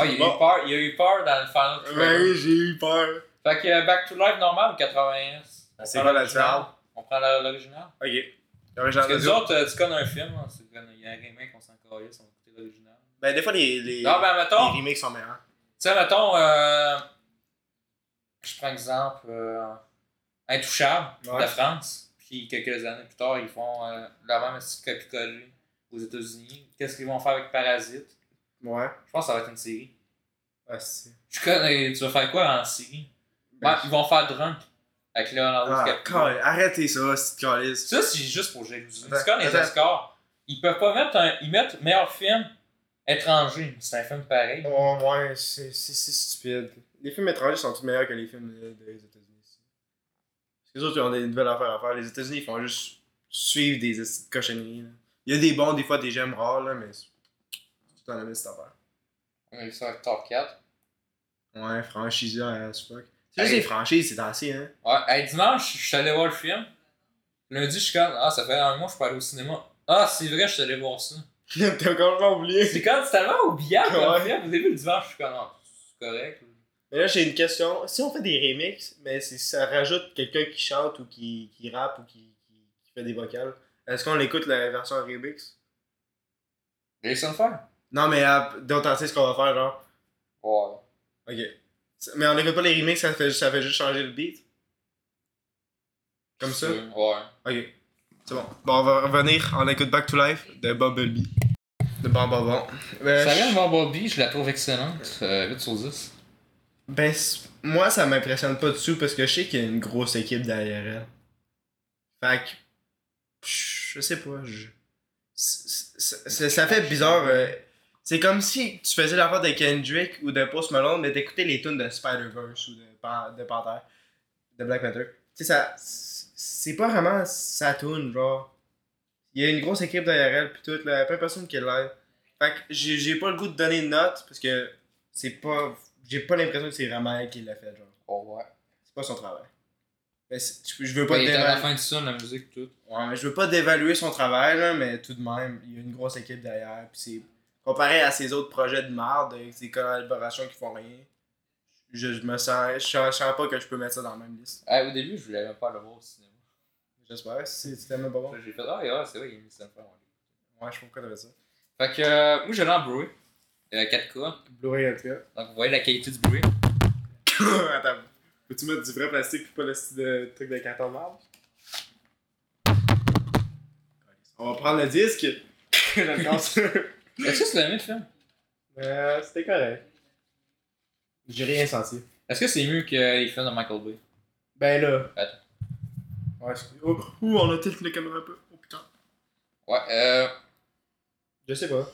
[SPEAKER 1] Ouais, il, a eu
[SPEAKER 2] Bon.
[SPEAKER 1] peur, il a eu peur dans le final trailer.
[SPEAKER 2] ben oui, j'ai eu peur.
[SPEAKER 1] Fait que euh, Back to Life normal, 81. On
[SPEAKER 2] Ben, C'est
[SPEAKER 1] prend
[SPEAKER 2] quoi la
[SPEAKER 1] l'original.
[SPEAKER 2] différence?
[SPEAKER 1] On prend la- l'original.
[SPEAKER 2] Ok.
[SPEAKER 1] Parce que nous autres, euh, tu connais un film, hein, c'est vrai, il y a un remake, on s'en calisse, on va écouter l'original.
[SPEAKER 2] Ben, des fois, les, les,
[SPEAKER 1] Non, ben mettons,
[SPEAKER 2] les
[SPEAKER 1] tu
[SPEAKER 2] remakes sont meilleurs.
[SPEAKER 1] sais, mettons, euh, je prends exemple, euh, Intouchable
[SPEAKER 2] Ouais.
[SPEAKER 1] de France, puis quelques années plus tard, ils font euh, la même petite copie-collée aux États-Unis. Qu'est-ce qu'ils vont faire avec Parasite
[SPEAKER 2] Ouais.
[SPEAKER 1] Je pense que ça va être une série.
[SPEAKER 2] Ah, si.
[SPEAKER 1] Je connais, tu vas faire quoi en série Ouais, ils vont faire Drunk avec Leonardo
[SPEAKER 2] Ben, Ah,
[SPEAKER 1] DiCaprio.
[SPEAKER 2] cal- arrêtez ça, c'est calice.
[SPEAKER 1] Ça, c'est juste pour jalousie.
[SPEAKER 2] Attends,
[SPEAKER 1] Tu connais les
[SPEAKER 2] attends.
[SPEAKER 1] Oscars. Ils peuvent pas mettre un. Ils mettent meilleur film étranger. mais C'est un film pareil.
[SPEAKER 2] Oh, ouais, c'est c'est- c'est stupide. Les films étrangers sont tous meilleurs que les films euh, des États-Unis. ici. Parce que les autres, ils ont des nouvelles affaires à faire. Les États-Unis, ils font juste suivre des esti de cochonneries. là. Il y a des bons, des fois des gemmes rares, là, mais c'est c'est tout en la même cette affaire.
[SPEAKER 1] On a vu ça avec Top 4.
[SPEAKER 2] Ouais, franchiseur à fuck. C'est juste
[SPEAKER 1] Hey.
[SPEAKER 2] des franchises, c'est dansé, hein.
[SPEAKER 1] Ouais, hey, dimanche, je suis allé voir le film. Lundi, je suis comme. Ah, ça fait un mois que je suis pas allé au cinéma. Ah, c'est vrai, je suis allé voir ça.
[SPEAKER 2] hein. T'as complètement oublié.
[SPEAKER 1] C'est comme c'est tellement oubliable comme
[SPEAKER 2] Ouais.
[SPEAKER 1] film. Au début, le dimanche, je suis comme. Ah, c'est correct.
[SPEAKER 2] Mais là, j'ai une question. Si on fait des remixes, mais si ça rajoute quelqu'un qui chante ou qui, qui rappe ou qui, qui, qui fait des vocales, est-ce qu'on écoute la version remix?
[SPEAKER 1] Jason Fair.
[SPEAKER 2] Non, mais euh, donc, on sait ce qu'on va faire, genre.
[SPEAKER 1] Ouais.
[SPEAKER 2] Ok. C'est- Mais on n'écoute pas les remakes, ça fait, ça fait juste changer le beat. Comme ça?
[SPEAKER 1] Ouais. Ouais.
[SPEAKER 2] Ok. C'est bon. Bon, on va revenir. On écoute Back to Life de Bumblebee. De bon, bon, bon. Ben,
[SPEAKER 1] Ça vient de voir Bobby, je la trouve excellente. Euh, 8 sur 10.
[SPEAKER 2] ben, c'est- moi, ça m'impressionne pas du tout parce que je sais qu'il y a une grosse équipe derrière elle. Fait que. Je sais pas. Je... c'est- c'est- c'est- ça fait bizarre. euh, C'est comme si tu faisais l'affaire de Kendrick ou de Post Malone, mais t'écoutais les tunes de Spider-Verse ou de, Pan- de Panther, de Black Panther. Tu sais, ça. C'est pas vraiment sa tune, genre. Il y a une grosse équipe derrière elle, pis tout, là. y a Plein de personnes qui l'aident. Fait que j'ai j'ai pas le goût de donner une note, parce que c'est pas. J'ai pas l'impression que c'est vraiment elle qui l'a fait, genre.
[SPEAKER 1] Oh, ouais.
[SPEAKER 2] C'est pas son travail. Mais c'est- je je veux pas
[SPEAKER 1] ouais il était à la
[SPEAKER 2] dévaluer.
[SPEAKER 1] fin du son, la musique, tout.
[SPEAKER 2] Ouais, mais je veux pas dévaluer son travail, là, mais tout de même, il y a une grosse équipe derrière. Puis c'est. Comparé à ses autres projets de marde, avec ses collaborations qui font rien, je, je me sens. Je sens je sens pas que je peux mettre ça dans la même liste.
[SPEAKER 1] Hey, Eh, au début, je voulais même pas le voir au cinéma.
[SPEAKER 2] J'espère, c'est c'est tellement pas bon.
[SPEAKER 1] J'ai fait, ah, ouais, c'est vrai, il a mis ça faire.
[SPEAKER 2] Ouais, je sais pas pourquoi t'avais ça.
[SPEAKER 1] Fait que, euh, moi, j'allais en Blu-ray, euh, 4K.
[SPEAKER 2] Blu-ray, en tout cas.
[SPEAKER 1] Donc, vous voyez la qualité du Blu-ray.
[SPEAKER 2] Attends. Peux-tu mettre du vrai plastique pis pas le style de truc de carton marbre? On va prendre le disque. Je le lance.
[SPEAKER 1] Est-ce que c'est le même film?
[SPEAKER 2] Euh, C'était correct. J'ai rien senti.
[SPEAKER 1] Est-ce que c'est mieux que les films de Michael Bay?
[SPEAKER 2] Ben là.
[SPEAKER 1] Attends.
[SPEAKER 2] Ouais, excuse. Oh, ouh, on a tilté la caméra un peu. Oh putain.
[SPEAKER 1] Ouais, euh.
[SPEAKER 2] Je sais pas.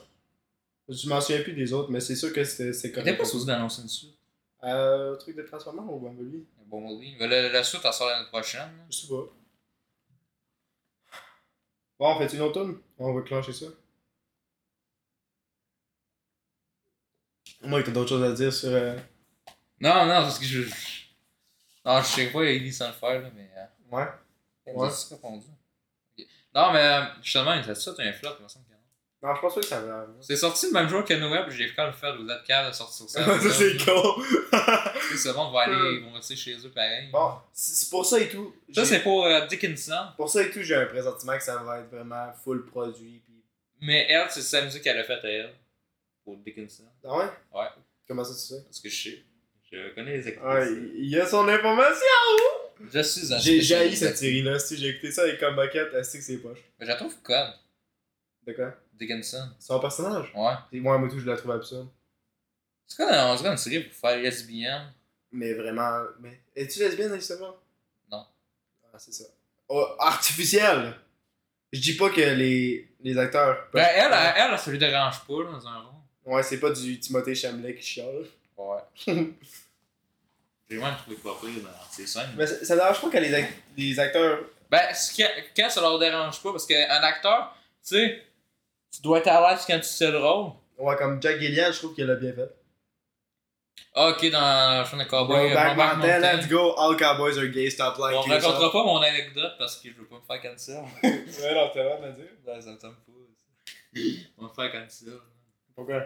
[SPEAKER 2] Je m'en souviens plus des autres, mais c'est sûr que c'était c'était
[SPEAKER 1] T'étais
[SPEAKER 2] correct.
[SPEAKER 1] pas supposé d'annoncer une suite.
[SPEAKER 2] Euh, truc de Transformers ou Bumblebee?
[SPEAKER 1] Bon, oui. Mais la, la suite, elle sort l'année prochaine.
[SPEAKER 2] Je sais pas. Bon, on fait une automne? On va clencher ça. Moi, t'as d'autres choses à dire sur. euh,
[SPEAKER 1] Non, non, parce que je. je- Non, je sais pas, il dit sans le faire, là, mais. euh,
[SPEAKER 2] Ouais.
[SPEAKER 1] elle
[SPEAKER 2] Ouais.
[SPEAKER 1] nous a juste répondu. Ok. Non, mais euh, justement, la suite a un flop, il me semble que non.
[SPEAKER 2] Non, je pense pas que ça va.
[SPEAKER 1] C'est sorti le même jour que Noël, puis j'ai fait quand le faire, vous êtes capables de sortir ça.
[SPEAKER 2] ça, c'est con.
[SPEAKER 1] Et c'est bon, on va aller, ils vont rester chez eux pareil.
[SPEAKER 2] bon, c'est c'est pour ça et tout.
[SPEAKER 1] Ça,
[SPEAKER 2] j'ai-
[SPEAKER 1] c'est pour euh, Dickinson,
[SPEAKER 2] Pour ça et tout, j'ai un pressentiment que ça va être vraiment full produit. Pis...
[SPEAKER 1] mais elle, c'est sa musique qu'elle a faite à elle. Pour Dickinson.
[SPEAKER 2] Ah ouais?
[SPEAKER 1] Ouais,
[SPEAKER 2] Comment ça, tu sais?
[SPEAKER 1] parce que je sais. Je connais les actrices.
[SPEAKER 2] Ah, il il y a son information!
[SPEAKER 1] Je suis un
[SPEAKER 2] J'ai
[SPEAKER 1] spécialiste.
[SPEAKER 2] jailli cette série-là. Si j'ai écouté ça avec comme bucket, elle sait que c'est poche.
[SPEAKER 1] Mais je la trouve conne,
[SPEAKER 2] De quoi?
[SPEAKER 1] Dickinson.
[SPEAKER 2] Son personnage?
[SPEAKER 1] Ouais.
[SPEAKER 2] Et Moi, moi, tout, je la trouve absurde.
[SPEAKER 1] C'est quoi, on dirait une série pour faire lesbienne?
[SPEAKER 2] Mais vraiment. Mais... Es-tu lesbienne, justement?
[SPEAKER 1] Non.
[SPEAKER 2] Ah, c'est ça. Oh, artificiel! Je dis pas que les, les acteurs.
[SPEAKER 1] Ben, elle, elle, elle, ça lui dérange pas, là, dans un rond.
[SPEAKER 2] Ouais, c'est pas du Timothée Chalamet qui chiale.
[SPEAKER 1] Ouais. J'ai même trouvé pas pire dans ces scènes.
[SPEAKER 2] Mais ça, ça dérange pas que les, ac- les acteurs.
[SPEAKER 1] Ben, ce que- quand ça leur dérange pas, parce qu'un acteur, tu sais, tu dois être à l'aise quand tu sais le rôle.
[SPEAKER 2] Ouais, comme Jack Gillian, je trouve qu'il l'a bien fait.
[SPEAKER 1] Ah, ok, dans le film de Cowboy,
[SPEAKER 2] Brokeback
[SPEAKER 1] euh, Brokeback
[SPEAKER 2] Mountain,
[SPEAKER 1] Mountain.
[SPEAKER 2] let's go, all cowboys are gay, stop lying.
[SPEAKER 1] On racontera pas mon anecdote parce que je veux pas me faire cancel.
[SPEAKER 2] Ouais, non, t'as rien à dire.
[SPEAKER 1] ben, ça me tente pas. ça. On va me faire cancel.
[SPEAKER 2] Pourquoi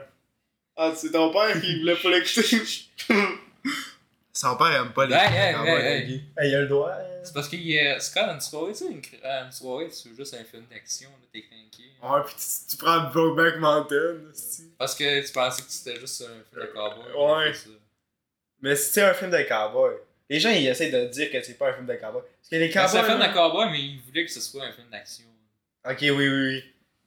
[SPEAKER 2] Ah, c'est ton père qui voulait pas l'écouter. Son père aime pas les
[SPEAKER 1] Hey, hey,
[SPEAKER 2] cowboys
[SPEAKER 1] hey, hey.
[SPEAKER 2] gays. Hey, il a le droit. hein.
[SPEAKER 1] C'est parce qu'il y a. C'est quand une soirée, tu sais, une, cr- euh, une soirée, c'est juste un film d'action, là, t'es craqué.
[SPEAKER 2] Ouais, pis Ah, tu, tu prends Brokeback Mountain, c'est-
[SPEAKER 1] Parce que tu pensais que c'était juste un film de cowboy.
[SPEAKER 2] Euh, Ouais.
[SPEAKER 1] c'est ça. Ben,
[SPEAKER 2] Mais c'est un film de cowboy. Les gens, ils essaient de dire que c'est pas un film de cowboy. Parce que les
[SPEAKER 1] Ben, C'est
[SPEAKER 2] cowboys.
[SPEAKER 1] un film
[SPEAKER 2] là-
[SPEAKER 1] de cowboy, mais il voulait que ce soit un film d'action.
[SPEAKER 2] Ok, oui, oui, oui.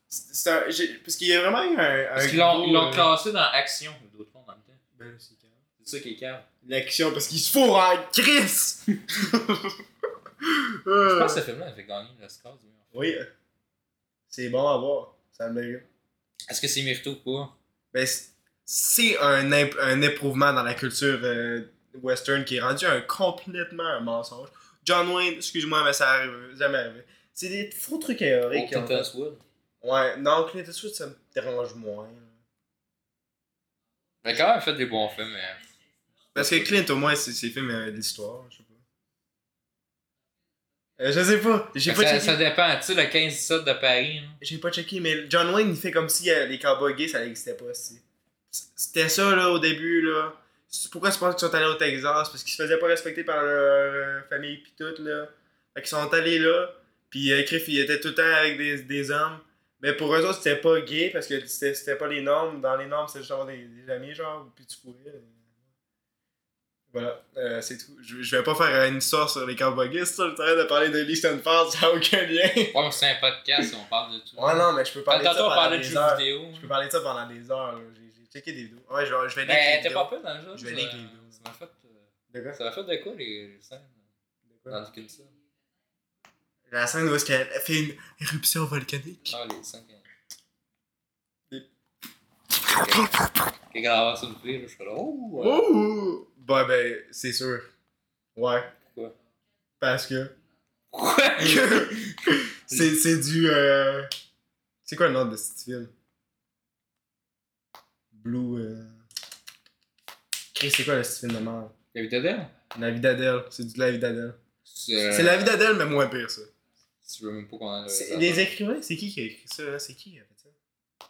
[SPEAKER 2] C'est c'est un. j'ai- Parce qu'il y a vraiment eu un. un
[SPEAKER 1] Parce qu'ils l'ont
[SPEAKER 2] gros,
[SPEAKER 1] ils l'ont
[SPEAKER 2] euh,
[SPEAKER 1] classé dans action, d'autres fois, en même temps.
[SPEAKER 2] ben, c'est quand même-
[SPEAKER 1] C'est ça qui est calme.
[SPEAKER 2] L'action, parce qu'il se fourre en crise! Euh.
[SPEAKER 1] Je pense que ce film-là avait gagné le score du meilleur.
[SPEAKER 2] Oui. euh, C'est bon à voir. Ça me mérite.
[SPEAKER 1] Est-ce que c'est mérité ou pas?
[SPEAKER 2] Ben, c- c'est un, imp- un éprouvement dans la culture euh, western qui est rendu un, complètement un mensonge. John Wayne, excuse-moi, mais ça arrive euh, jamais arrivé. C'est des faux trucs
[SPEAKER 1] Ou
[SPEAKER 2] théoriques.
[SPEAKER 1] Clint Eastwood?
[SPEAKER 2] Ouais, non, Clint Eastwood, ça me dérange moins.
[SPEAKER 1] Il a quand même fait des bons films, mais.
[SPEAKER 2] Parce que Clint, au moins, c'est c'est fait mais, de l'histoire, je sais pas. Euh, je sais pas, j'ai pas
[SPEAKER 1] Ça,
[SPEAKER 2] checké.
[SPEAKER 1] ça dépend, tu sais, le 15-17 de Paris. là.
[SPEAKER 2] J'ai pas checké, mais John Wayne, il fait comme si euh, les cowboys gays, ça n'existait pas. c'est- C'était ça, là, au début, là. C'est- Pourquoi tu penses qu'ils sont allés au Texas? Parce qu'ils se faisaient pas respecter par leur euh, famille pis tout, là. Fait qu'ils sont allés là, pis euh, Criff, il était tout le temps avec des, des hommes. Mais pour eux autres, c'était pas gay, parce que c'était c'était pas les normes. Dans les normes, c'est juste avoir des, des amis, genre, pis tu pourrais. euh. Voilà, euh, c'est tout. Je, je vais pas faire euh, une histoire sur les cowboys gays, c'est ça, je t'arrête de parler de Leaston Falls, ça a aucun lien.
[SPEAKER 1] Ouais, mais c'est un podcast, on parle de tout.
[SPEAKER 2] Ouais, non, mais je peux
[SPEAKER 1] Quand
[SPEAKER 2] parler de ça
[SPEAKER 1] tantôt on
[SPEAKER 2] pendant
[SPEAKER 1] parlait de
[SPEAKER 2] des
[SPEAKER 1] jeux
[SPEAKER 2] heures.
[SPEAKER 1] vidéo.
[SPEAKER 2] Je peux parler de ça pendant des heures. là. J'ai j'ai checké des vidéos. Ouais, je vais, je vais lire
[SPEAKER 1] Ben,
[SPEAKER 2] les
[SPEAKER 1] t'es pas
[SPEAKER 2] vidéos.
[SPEAKER 1] peu dans le jeu.
[SPEAKER 2] Je vais
[SPEAKER 1] ça.
[SPEAKER 2] lire les vidéos.
[SPEAKER 1] Ça m'a fait. euh,
[SPEAKER 2] De quoi?
[SPEAKER 1] Ça m'a fait de quoi les les scènes
[SPEAKER 2] De quoi?
[SPEAKER 1] dans Dickinson
[SPEAKER 2] La scène où est-ce qu'elle fait une éruption volcanique.
[SPEAKER 1] Ah, les scènes. quand-
[SPEAKER 2] Des-
[SPEAKER 1] Ok. Quand elle va sur le prix, je suis là. Oh! euh,
[SPEAKER 2] Ouh! Bah ben, c'est sûr. Ouais.
[SPEAKER 1] Pourquoi?
[SPEAKER 2] Parce que...
[SPEAKER 1] Quoi?
[SPEAKER 2] c'est c'est du... euh, C'est quoi le nom de ce film? Blue... Euh... Chris, c'est quoi le style film de merde?
[SPEAKER 1] T'as vu dedans?
[SPEAKER 2] La vie d'Adèle. C'est du La vie d'Adèle.
[SPEAKER 1] C'est euh,
[SPEAKER 2] C'est La vie d'Adèle, mais moins pire, ça.
[SPEAKER 1] Tu veux même pas qu'on en ait-
[SPEAKER 2] C'est- Les écrivains, c'est qui qui a écrit ça? hein? C'est qui qui a fait ça?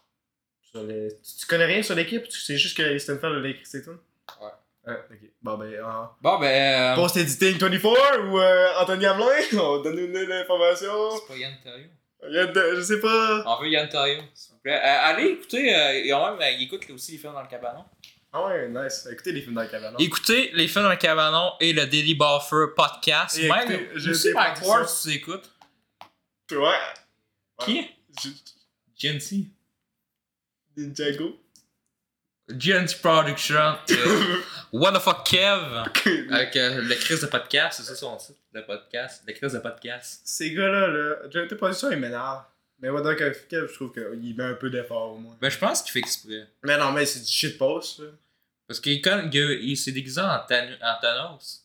[SPEAKER 2] Sur le- tu, tu connais rien sur l'équipe? Tu sais juste que Stenfeld l'a écrit, c'est tout?
[SPEAKER 1] Ouais.
[SPEAKER 2] Ah, ok. Bon, ben, ah.
[SPEAKER 1] Bon, ben. euh,
[SPEAKER 2] Post Editing 24 ou euh, Anthony Hamelin? On donne-nous l'information.
[SPEAKER 1] C'est pas Yann Terriot.
[SPEAKER 2] Il y a de- Je sais pas.
[SPEAKER 1] euh, On veut Yann Terriot, s'il vous plaît. Euh, allez écouter, euh, ils, ont même, ils écoutent aussi les films dans le cabanon.
[SPEAKER 2] Ah ouais, nice. Écoutez les films dans hein. le cabanon.
[SPEAKER 1] Écoutez les films dans le cabanon et le Daily Buffer podcast.
[SPEAKER 2] Et
[SPEAKER 1] Même,
[SPEAKER 2] écoutez, j'ai
[SPEAKER 1] aussi
[SPEAKER 2] des
[SPEAKER 1] Mike
[SPEAKER 2] productions.
[SPEAKER 1] Ward, si tu écoutes.
[SPEAKER 2] Ouais.
[SPEAKER 1] Qui?
[SPEAKER 2] J-
[SPEAKER 1] GNC.
[SPEAKER 2] Ninjago.
[SPEAKER 1] GNC Production. euh, What the fuck Kev? Avec euh, le crise de podcast, c'est ça son titre, le podcast. Le crise de podcast.
[SPEAKER 2] Ces gars-là, là, j'ai été production, ils m'énervent. Mais ouais, donc, euh, je trouve qu'il met un peu d'effort au moins.
[SPEAKER 1] Ben, je pense qu'il fait exprès.
[SPEAKER 2] Mais non, mais c'est du shitpost, là.
[SPEAKER 1] Parce qu'il conne, il, il s'est déguisé en, Tan- en Thanos.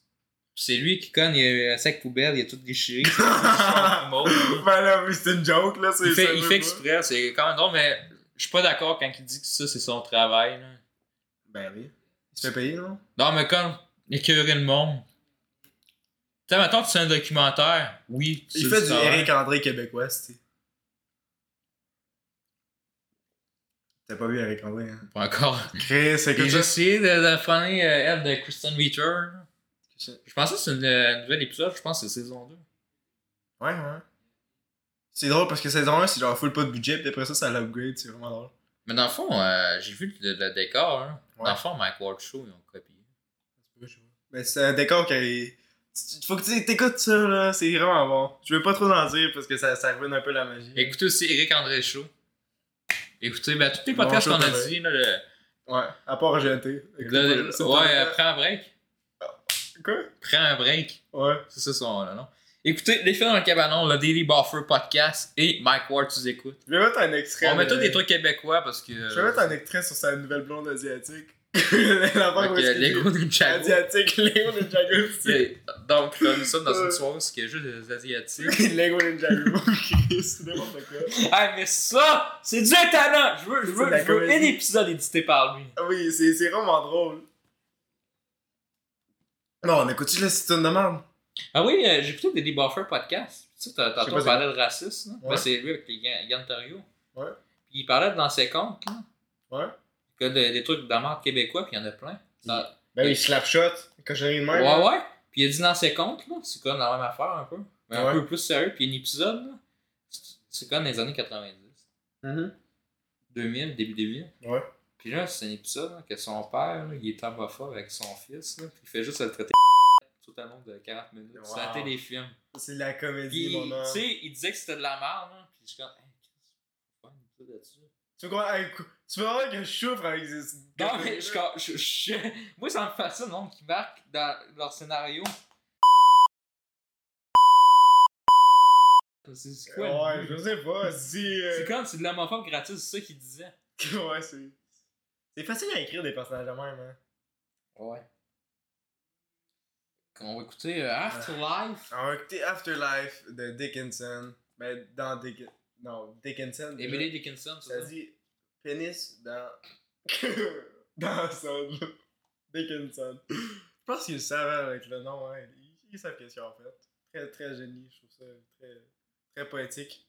[SPEAKER 1] Puis c'est lui qui conne, il a un sac poubelle, il a tout déchiré. c'est son mot.
[SPEAKER 2] ben là, oui, c'est une joke, là. c'est-
[SPEAKER 1] il
[SPEAKER 2] ça
[SPEAKER 1] fait, il
[SPEAKER 2] veut
[SPEAKER 1] fait
[SPEAKER 2] pas.
[SPEAKER 1] exprès, c'est quand même drôle, mais je suis pas d'accord quand il dit que ça, c'est son travail. là.
[SPEAKER 2] Ben oui. Il se fait payer, non?
[SPEAKER 1] Non, mais comme écœurer le monde. Tu sais, mettons, tu fais un documentaire. Oui, tu
[SPEAKER 2] Il
[SPEAKER 1] le
[SPEAKER 2] fait du
[SPEAKER 1] travail.
[SPEAKER 2] Eric André québécois, tu sais. T'as pas vu Eric André, hein?
[SPEAKER 1] Pas encore.
[SPEAKER 2] Chris,
[SPEAKER 1] J'ai
[SPEAKER 2] c'est que ça.
[SPEAKER 1] essayé de, de funner, euh, elle de Kristen Reacher. là.
[SPEAKER 2] C'est-
[SPEAKER 1] Je pensais que c'est une- un nouvel épisode, je pense que c'est saison 2.
[SPEAKER 2] Ouais, ouais. C'est drôle parce que saison 1, c'est genre full pas de budget, puis après ça, ça l'upgrade, c'est vraiment drôle.
[SPEAKER 1] Mais dans le fond, euh, j'ai vu le, le décor. hein.
[SPEAKER 2] Ouais.
[SPEAKER 1] Dans le fond, Mike Ward Show, ils ont copié.
[SPEAKER 2] Mais c'est un décor qui est. tu- Faut que tu t'écoutes ça, là, c'est vraiment bon. Je veux pas trop en dire parce que ça, ça ruine un peu la magie.
[SPEAKER 1] Écoutez aussi Eric André Show. Écoutez, ben, tous les podcasts
[SPEAKER 2] Bon,
[SPEAKER 1] qu'on a
[SPEAKER 2] show,
[SPEAKER 1] dit, là, le-
[SPEAKER 2] Ouais, à part GNT.
[SPEAKER 1] Le- le-
[SPEAKER 2] C'est
[SPEAKER 1] ouais,
[SPEAKER 2] pas-
[SPEAKER 1] euh, prends un break. Prends un break.
[SPEAKER 2] Quoi? Ouais.
[SPEAKER 1] C'est ça son nom. Écoutez, les films dans le cabanon, le Daily Buffer podcast et Mike Ward, tu les écoutes.
[SPEAKER 2] Je vais mettre un extrait.
[SPEAKER 1] On met
[SPEAKER 2] de-
[SPEAKER 1] tous des trucs québécois parce que.
[SPEAKER 2] Je vais mettre un extrait sur sa nouvelle blonde asiatique. la part où
[SPEAKER 1] Avec
[SPEAKER 2] est-ce
[SPEAKER 1] euh,
[SPEAKER 2] que
[SPEAKER 1] Lego
[SPEAKER 2] t'es
[SPEAKER 1] Ninjago.
[SPEAKER 2] Asiatique, Lego Ninjago aussi.
[SPEAKER 1] Et Donc, là, nous sommes dans
[SPEAKER 2] Ouais.
[SPEAKER 1] une soirée où c'est juste des Asiatiques.
[SPEAKER 2] Lego Ninjago. Chris, n'importe quoi.
[SPEAKER 1] ah, mais ça, c'est du talent! Je veux, je
[SPEAKER 2] C'est de la
[SPEAKER 1] veux, je veux un
[SPEAKER 2] comédie.
[SPEAKER 1] épisode édité par lui.
[SPEAKER 2] Ah Oui, c'est c'est vraiment drôle. Non, on écoute-tu la système de merde?
[SPEAKER 1] Ah oui, euh, j'ai écouté le Daily Buffer podcast. Tu sais, t'as- tantôt,
[SPEAKER 2] pas
[SPEAKER 1] on
[SPEAKER 2] c'est
[SPEAKER 1] parlait de racisme. là.
[SPEAKER 2] Ouais.
[SPEAKER 1] Ben, c'est lui avec les Yann Yann Terriot.
[SPEAKER 2] Ouais.
[SPEAKER 1] Puis il parlait de dans ses comptes, là.
[SPEAKER 2] Ouais.
[SPEAKER 1] que de- des trucs d'amende québécois, puis il y en a plein. Ça-
[SPEAKER 2] Ben oui, slap shot, cochonnerie de
[SPEAKER 1] ouais,
[SPEAKER 2] même.
[SPEAKER 1] ouais. Puis il a dit dans ses comptes, là, c'est comme la même affaire un peu. Mais un
[SPEAKER 2] Ouais.
[SPEAKER 1] peu plus sérieux. Puis un épisode, là, c'est- c'est comme les années 90,
[SPEAKER 2] Mhm.
[SPEAKER 1] 2000, début 2000.
[SPEAKER 2] Ouais.
[SPEAKER 1] Puis là, c'est un épisode là, que son père, là, il est homophobe avec son fils, là, puis il fait juste le traiter tout le long de 40 minutes.
[SPEAKER 2] Wow.
[SPEAKER 1] C'est la téléfilm.
[SPEAKER 2] C'est de la
[SPEAKER 1] Puis,
[SPEAKER 2] comédie,
[SPEAKER 1] tu
[SPEAKER 2] mon homme. Tu
[SPEAKER 1] sais, il disait que c'était de la merde, là. Puis je suis comme, hey, qu'est-ce que tu fais un épisode là-dessus?
[SPEAKER 2] veux quoi? hey, cou- Tu veux voir que je souffre avec ces...
[SPEAKER 1] Non, mais je, je- je- moi, ça me fascine, non, qui marque dans leur scénario. C'est c'est quoi? le
[SPEAKER 2] Ouais,
[SPEAKER 1] but?
[SPEAKER 2] je sais pas, si... euh,
[SPEAKER 1] C'est comme c'est de l'homophobe gratuit, c'est ça qu'il disait.
[SPEAKER 2] Ouais, c'est... C'est facile à écrire des personnages de même, hein.
[SPEAKER 1] Ouais. On va écouter euh, Afterlife,
[SPEAKER 2] Alors, Ah écoutez Afterlife de Dickinson. Ben, dans Dickinson... Non, Dickinson... déjà.
[SPEAKER 1] Emily Dickinson, c'est
[SPEAKER 2] Ah. Ça
[SPEAKER 1] ça.
[SPEAKER 2] dit pénis dans. dans son. Dickinson. Je pense qu'ils le savaient avec le nom, hein. Ils, ils savent qu'est-ce qu'ils ont fait. Très, très génie, je trouve ça très, très poétique.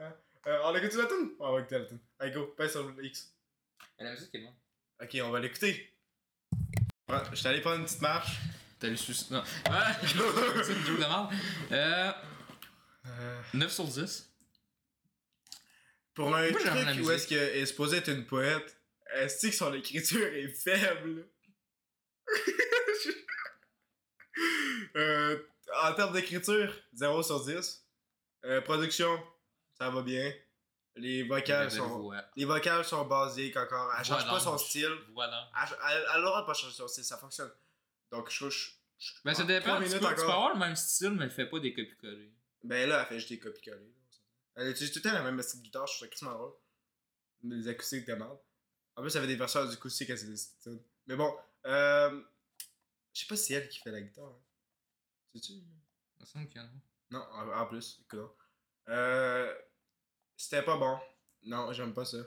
[SPEAKER 2] Hein? Euh, on écoute la tune On va écouter la tune. Allez, go, passe sur le X.
[SPEAKER 1] Mais La musique est bonne.
[SPEAKER 2] Ok, on va l'écouter. Ouais, je suis allé prendre une petite marche.
[SPEAKER 1] T'as le souci. Non. Ah, c'est une joke de merde. Euh,
[SPEAKER 2] Euh,
[SPEAKER 1] 9 sur 10.
[SPEAKER 2] pour un
[SPEAKER 1] Moi, j'aime la
[SPEAKER 2] truc où
[SPEAKER 1] musique.
[SPEAKER 2] est-ce qu'elle est supposée être une poète, est-ce que son écriture est faible? Euh, en termes d'écriture, 0 sur 10. Euh, production, ça va bien. Les vocales sont,
[SPEAKER 1] Voix
[SPEAKER 2] les vocales sont basiques encore. Elle change pas son
[SPEAKER 1] d'ange.
[SPEAKER 2] style.
[SPEAKER 1] voix d'ange.
[SPEAKER 2] Elle, elle, elle aura pas changé son style, ça fonctionne. Donc, je je- je-
[SPEAKER 1] Ben, ça
[SPEAKER 2] en
[SPEAKER 1] dépend.
[SPEAKER 2] trois
[SPEAKER 1] Tu peux,
[SPEAKER 2] minutes
[SPEAKER 1] tu peux
[SPEAKER 2] encore.
[SPEAKER 1] avoir le même style, mais fais pas des copies-collées.
[SPEAKER 2] Ben là, elle fait juste des copies-collées. Elle utilise tout le temps la même petite guitare, je trouve ça quasiment drôle. Mais Les acoustiques étaient mardes. En plus, elle avait des versions acoustiques à ses études. Mais bon, euh, je sais pas si c'est elle qui fait la guitare. Hein. Sais-tu?
[SPEAKER 1] Il me semble qu'il y en a.
[SPEAKER 2] Non, en, en plus, écoute. donc. Euh, C'était pas bon. Non, j'aime pas ça.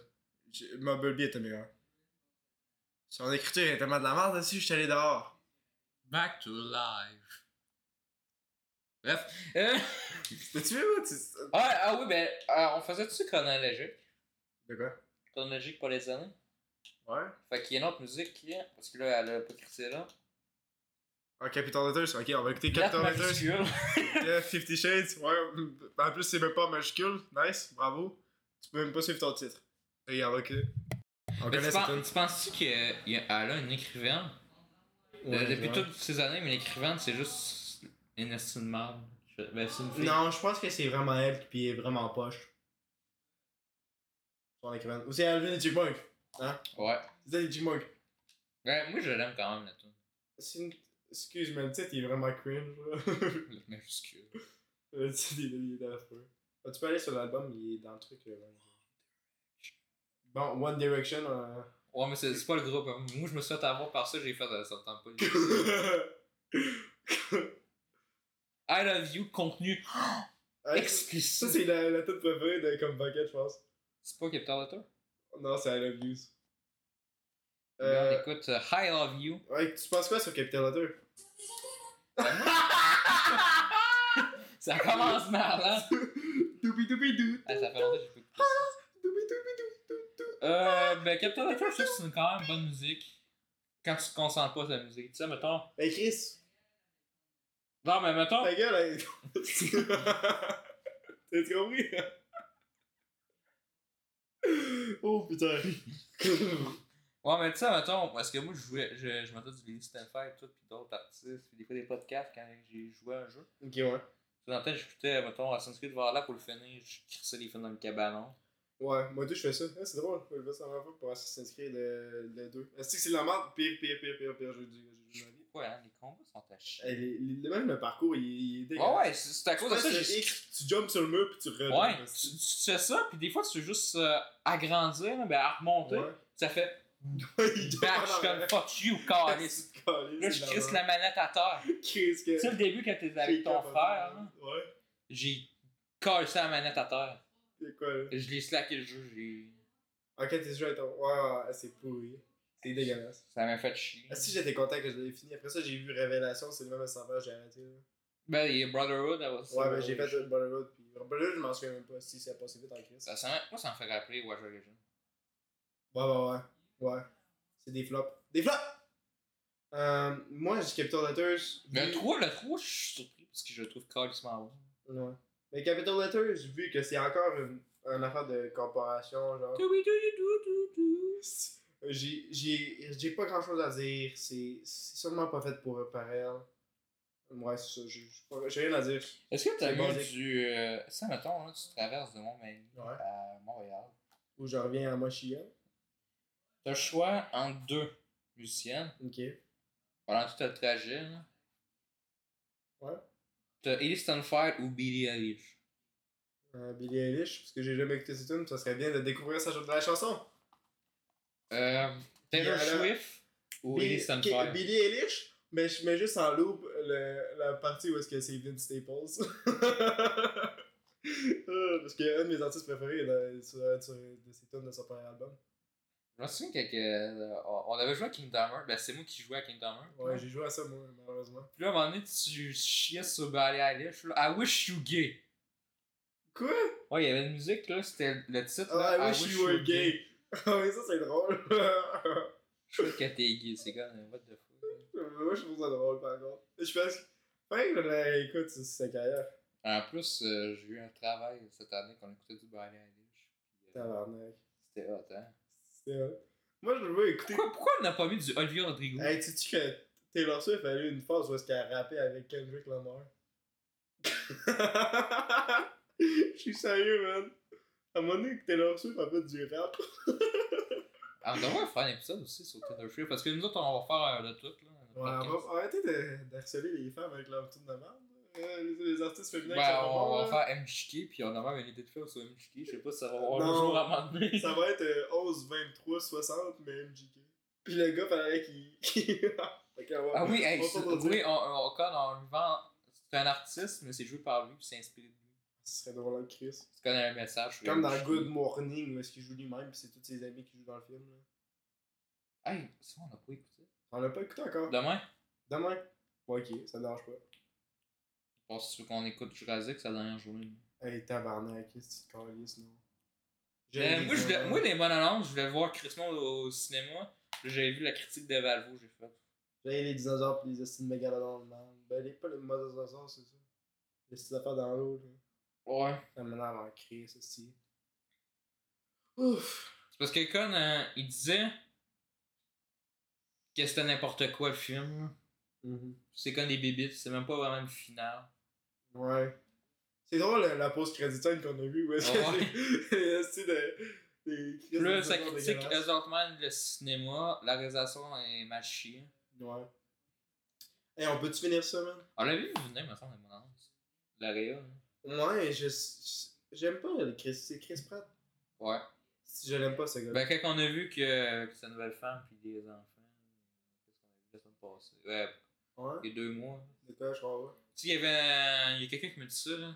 [SPEAKER 2] J- Bumblebee était meilleur. Son écriture est tellement de la merde dessus, je suis allé dehors.
[SPEAKER 1] Back to life. Bref. Euh,
[SPEAKER 2] T'as-tu vu, moi? tu-
[SPEAKER 1] ah, ah oui, ben, euh, on faisait-tu chronologique?
[SPEAKER 2] De quoi?
[SPEAKER 1] Chronologique pour les années?
[SPEAKER 2] Ouais.
[SPEAKER 1] Fait qu'il y a une autre musique qui est, parce que là, elle a pas critiqué là.
[SPEAKER 2] Ah, Captain Letters, ok, on va écouter
[SPEAKER 1] Plate
[SPEAKER 2] Captain Letters.
[SPEAKER 1] majuscule.
[SPEAKER 2] Yeah, 50 Shades, ouais. mm, En plus, c'est même pas en majuscule. Nice, bravo. Tu peux même pas suivre ton titre. Regarde, ok. On
[SPEAKER 1] Mais
[SPEAKER 2] connaît
[SPEAKER 1] tu,
[SPEAKER 2] cette
[SPEAKER 1] penses-
[SPEAKER 2] tune.
[SPEAKER 1] tu penses-tu qu'elle a une écrivaine
[SPEAKER 2] Ouais,
[SPEAKER 1] Euh, Depuis
[SPEAKER 2] ouais.
[SPEAKER 1] toutes ces années, mais l'écrivaine, c'est juste une estime de marde. Je- Ben, c'est une fille.
[SPEAKER 2] Non, je pense que c'est vraiment elle qui est vraiment poche. Son écrivaine. Ou c'est Alvin et Chipmunk.
[SPEAKER 1] Ouais.
[SPEAKER 2] C'est les Chipmunk.
[SPEAKER 1] Ouais, moi, je l'aime quand même, la tune.
[SPEAKER 2] C'est une... Excuse-moi, le titre il est vraiment cringe. là.
[SPEAKER 1] Le Majuscule.
[SPEAKER 2] le titre il est, il est affreux. Ah, tu peux aller sur l'album, il est dans le truc. euh, Bon, One Direction. euh,
[SPEAKER 1] Ouais, mais c'est c'est pas le groupe. hein. Moi, je me suis fait avoir par ça, j'ai fait euh, ça me tente pas. I love you, contenu
[SPEAKER 2] Ah, ça, ça,
[SPEAKER 1] explicite.
[SPEAKER 2] c'est la, la toute préférée de Comme Bucket, je pense.
[SPEAKER 1] C'est pas Captain Letter?
[SPEAKER 2] Non, c'est I Love You.
[SPEAKER 1] Euh...
[SPEAKER 2] Euh,
[SPEAKER 1] Écoute, euh, I love you.
[SPEAKER 2] ouais, tu penses quoi sur Capital Letter?
[SPEAKER 1] Ça commence mal, hein?
[SPEAKER 2] Doubi doubi dou.
[SPEAKER 1] Ah, ça fait longtemps que j'ai pas écouté ça.
[SPEAKER 2] Doubi doubi dou.
[SPEAKER 1] Euh, ben, Captain Letter, je trouve que c'est une quand même bonne musique. Quand tu te concentres pas sur la musique. Tu sais, mettons.
[SPEAKER 2] Ben Chris,
[SPEAKER 1] Non, mais mettons.
[SPEAKER 2] ta gueule, elle T'as compris? oh putain.
[SPEAKER 1] Ouais, mais tu sais, mettons, parce que moi, je jouais, je, je m'entends du Billy Stanford et tout, puis d'autres artistes, puis des fois des podcasts quand j'ai joué à un jeu.
[SPEAKER 2] ok, ouais.
[SPEAKER 1] Puis dans le temps, j'écoutais, mettons, Assassin's Creed Valhalla pour le finir, je crissais les films dans le cabanon.
[SPEAKER 2] Ouais, moi deux je fais ça. Ah, c'est drôle, je fais ça la première fois pour Assassin's Creed le, le 2. Est-ce que c'est de la merde? Pire, pire, pire, pire, pire, je veux dire, je veux dire.
[SPEAKER 1] Pourquoi, hein, les combats sont à chier.
[SPEAKER 2] Eh, les- les- Même le parcours, il, il est
[SPEAKER 1] Ouais, ouais, c'est c'est à
[SPEAKER 2] Tu
[SPEAKER 1] cause de ça,
[SPEAKER 2] fais
[SPEAKER 1] j'ai.
[SPEAKER 2] le X, tu jumps sur le mur puis tu
[SPEAKER 1] Ouais,
[SPEAKER 2] redonnes.
[SPEAKER 1] tu, tu fais ça, puis des fois, tu veux juste euh, agrandir, là, ben, à remonter, ça fait
[SPEAKER 2] il
[SPEAKER 1] back, je suis comme fuck you, calice. Là, je crisse la manette à terre.
[SPEAKER 2] Chris que.
[SPEAKER 1] Tu sais, le début, quand t'es avec ton frère,
[SPEAKER 2] hein.
[SPEAKER 1] là,
[SPEAKER 2] Ouais.
[SPEAKER 1] j'ai calcé la manette à terre.
[SPEAKER 2] C'est quoi, là?
[SPEAKER 1] Je l'ai slacké le jeu, j'ai.
[SPEAKER 2] Ok, t'es joué avec ton. Ouais, ouais, c'est pourri. C'est dégueulasse.
[SPEAKER 1] Ça m'a fait chier.
[SPEAKER 2] Ah, si j'étais content que je l'avais fini. Après ça, j'ai vu Révélation, c'est le même serveur, j'ai arrêté. Là.
[SPEAKER 1] Ben, il y a Brotherhood, là aussi.
[SPEAKER 2] Ouais, ben j'ai fait le Brotherhood. Puis Brotherhood, je m'en souviens même pas si ça a passé vite en crise.
[SPEAKER 1] Ça, ça, m'a- moi, ça me fait rappeler Watch Origin.
[SPEAKER 2] Ouais, ouais, ouais. Ouais. C'est des flops. Des flops! Euh, moi, j'ai Capital Letters.
[SPEAKER 1] Mais le
[SPEAKER 2] vu-
[SPEAKER 1] 3, le 3, je suis surpris parce que je le trouve carrément bon.
[SPEAKER 2] Ouais. Mais Capital Letters, vu que c'est encore une, une affaire de corporation, genre. Euh, J'ai- J'ai j'ai pas grand chose à dire. C'est c'est sûrement pas fait pour par elle. Ouais, c'est ça. J'ai- j'ai pas- J'ai rien à dire.
[SPEAKER 1] Est-ce que t'as
[SPEAKER 2] C'est
[SPEAKER 1] vu
[SPEAKER 2] basique.
[SPEAKER 1] du. Euh, ça, mettons, là, tu traverses de Montmagny
[SPEAKER 2] Ouais.
[SPEAKER 1] à Montréal.
[SPEAKER 2] Ou je reviens à Mochia.
[SPEAKER 1] T'as le choix entre deux musiciennes
[SPEAKER 2] Ok.
[SPEAKER 1] pendant tout le trajet. Là.
[SPEAKER 2] Ouais.
[SPEAKER 1] T'as Ellie Stanford ou Billie Eilish.
[SPEAKER 2] Euh, Billie Eilish, parce que j'ai jamais écouté cette tune, ça serait bien de découvrir sa de la chanson.
[SPEAKER 1] Euh, Taylor
[SPEAKER 2] Yeah, là-
[SPEAKER 1] Swift ou
[SPEAKER 2] Billie-
[SPEAKER 1] Ellie
[SPEAKER 2] ok,
[SPEAKER 1] Stanford.
[SPEAKER 2] Billie Eilish, mais je mets juste en loop le- la partie où est-ce que c'est Vince Staples. Euh, parce que un de mes artistes préférés est dans- sur- sur- de ces tunes de son premier album.
[SPEAKER 1] Je me souviens que- que, euh, on on avait joué à Kingdom Hearts. Ben, c'est moi qui jouais à Kingdom Hearts.
[SPEAKER 2] Ouais, j'ai joué à ça moi, malheureusement.
[SPEAKER 1] Puis là, à un moment donné, tu chiais sur Billie Eilish. là. I wish you gay.
[SPEAKER 2] Quoi?
[SPEAKER 1] Ouais, il y avait une musique, là, c'était le titre.
[SPEAKER 2] Ah,
[SPEAKER 1] là,
[SPEAKER 2] I wish, you were gay. Ah oui, ça c'est drôle. moi
[SPEAKER 1] Je trouve que t'es gay, c'est gars, what the fuck.
[SPEAKER 2] je trouve ça drôle par contre. Je pense que. Ouais, mais écoute, c'est sa carrière.
[SPEAKER 1] En plus, euh, j'ai eu un travail cette année qu'on écoutait du Billie Eilish. Puis, euh,
[SPEAKER 2] Tabarnak.
[SPEAKER 1] C'était hot, hein.
[SPEAKER 2] C'est vrai. Moi je veux écouter.
[SPEAKER 1] Pourquoi, pourquoi on n'a pas mis du Olivia Rodrigo
[SPEAKER 2] Hey, tu sais que Taylor Swift a eu une phase où est-ce qu'elle rappait avec Kendrick Lamar? Je suis sérieux, man. À un moment donné, Taylor Swift a fait du rap.
[SPEAKER 1] Ah, On devrait faire un épisode aussi sur Taylor Swift parce que nous autres, on va faire euh, le tout, là. le
[SPEAKER 2] Ouais, on
[SPEAKER 1] podcast.
[SPEAKER 2] va arrêter de, d'harceler les femmes avec leur tune de merde. Euh, les, les artistes féminins qui
[SPEAKER 1] Ben,
[SPEAKER 2] sont pas hein.
[SPEAKER 1] on,
[SPEAKER 2] bons, là.
[SPEAKER 1] va faire MJK, puis on a même une idée de faire sur MJK. Je sais pas si ça va avoir le
[SPEAKER 2] Non.
[SPEAKER 1] jour à un moment donné.
[SPEAKER 2] Ça va être euh, 11, 23, 60, mais MJK. Puis le gars, paraît qu'il. Fait qu'on va-
[SPEAKER 1] Ah oui, hey,
[SPEAKER 2] on va
[SPEAKER 1] c'est-
[SPEAKER 2] pas dire.
[SPEAKER 1] oui, on, on, quand on lui vend, c'est un artiste, mais c'est joué par lui, puis c'est inspiré de lui.
[SPEAKER 2] Ce serait drôle, hein, Chris.
[SPEAKER 1] C'est comme un message.
[SPEAKER 2] Comme dans
[SPEAKER 1] euh,
[SPEAKER 2] Good Morning, où est-ce qu'il joue lui-même, puis c'est tous ses amis qui jouent dans le film. Là.
[SPEAKER 1] Hey, ça, on n'a pas écouté.
[SPEAKER 2] On l'a pas écouté encore.
[SPEAKER 1] Demain,
[SPEAKER 2] Demain. Ouais, ok, ça ne dérange pas.
[SPEAKER 1] je pense que tu veux qu'on écoute Jurassic, c'est la dernière journée.
[SPEAKER 2] Hey, tabarnak, qu'est-ce que tu te calisses, non?
[SPEAKER 1] Euh, moi, je voulais- moi, les bonnes annonces, je voulais voir Christmas au, au cinéma. Puis J'avais vu la critique de Valvo, j'ai fait.
[SPEAKER 2] J'avais les dinosaures pis les hosties de mégalodons, man. Ben, les, pas les mosasaures, c'est ça. Les petites affaires dans l'eau, là.
[SPEAKER 1] Ouais.
[SPEAKER 2] Ça m'énerve en crise, ceci. Ouf!
[SPEAKER 1] C'est parce que Con, euh, il disait que c'était n'importe quoi le film.
[SPEAKER 2] Mm-hmm.
[SPEAKER 1] C'est comme des bébites, c'est même pas vraiment une finale.
[SPEAKER 2] Ouais. C'est drôle la, la pause créditante qu'on a vue où est-ce
[SPEAKER 1] Ouais.
[SPEAKER 2] que c'est de, des crises de
[SPEAKER 1] Plus ça
[SPEAKER 2] dinosaures
[SPEAKER 1] critique
[SPEAKER 2] dégueulasses.
[SPEAKER 1] Ozortman le cinéma, la réalisation est mal chiée.
[SPEAKER 2] Ouais. Hey, on peut-tu finir ça, man?
[SPEAKER 1] On l'a vu venir, me semble, mon annonce. La réa, hein.
[SPEAKER 2] Ouais, je. J'aime pas le Chris, c'est Chris Pratt.
[SPEAKER 1] Ouais.
[SPEAKER 2] Si je l'aime pas, ce gars.
[SPEAKER 1] Ben, quand on a vu que, que sa nouvelle femme puis des enfants, qu'est-ce qu'on a vu la semaine passée? Ouais,
[SPEAKER 2] Ouais.
[SPEAKER 1] il y a deux mois.
[SPEAKER 2] De quoi, je crois, ouais.
[SPEAKER 1] Tu sais, il y avait. Il y a quelqu'un qui me dit ça, là.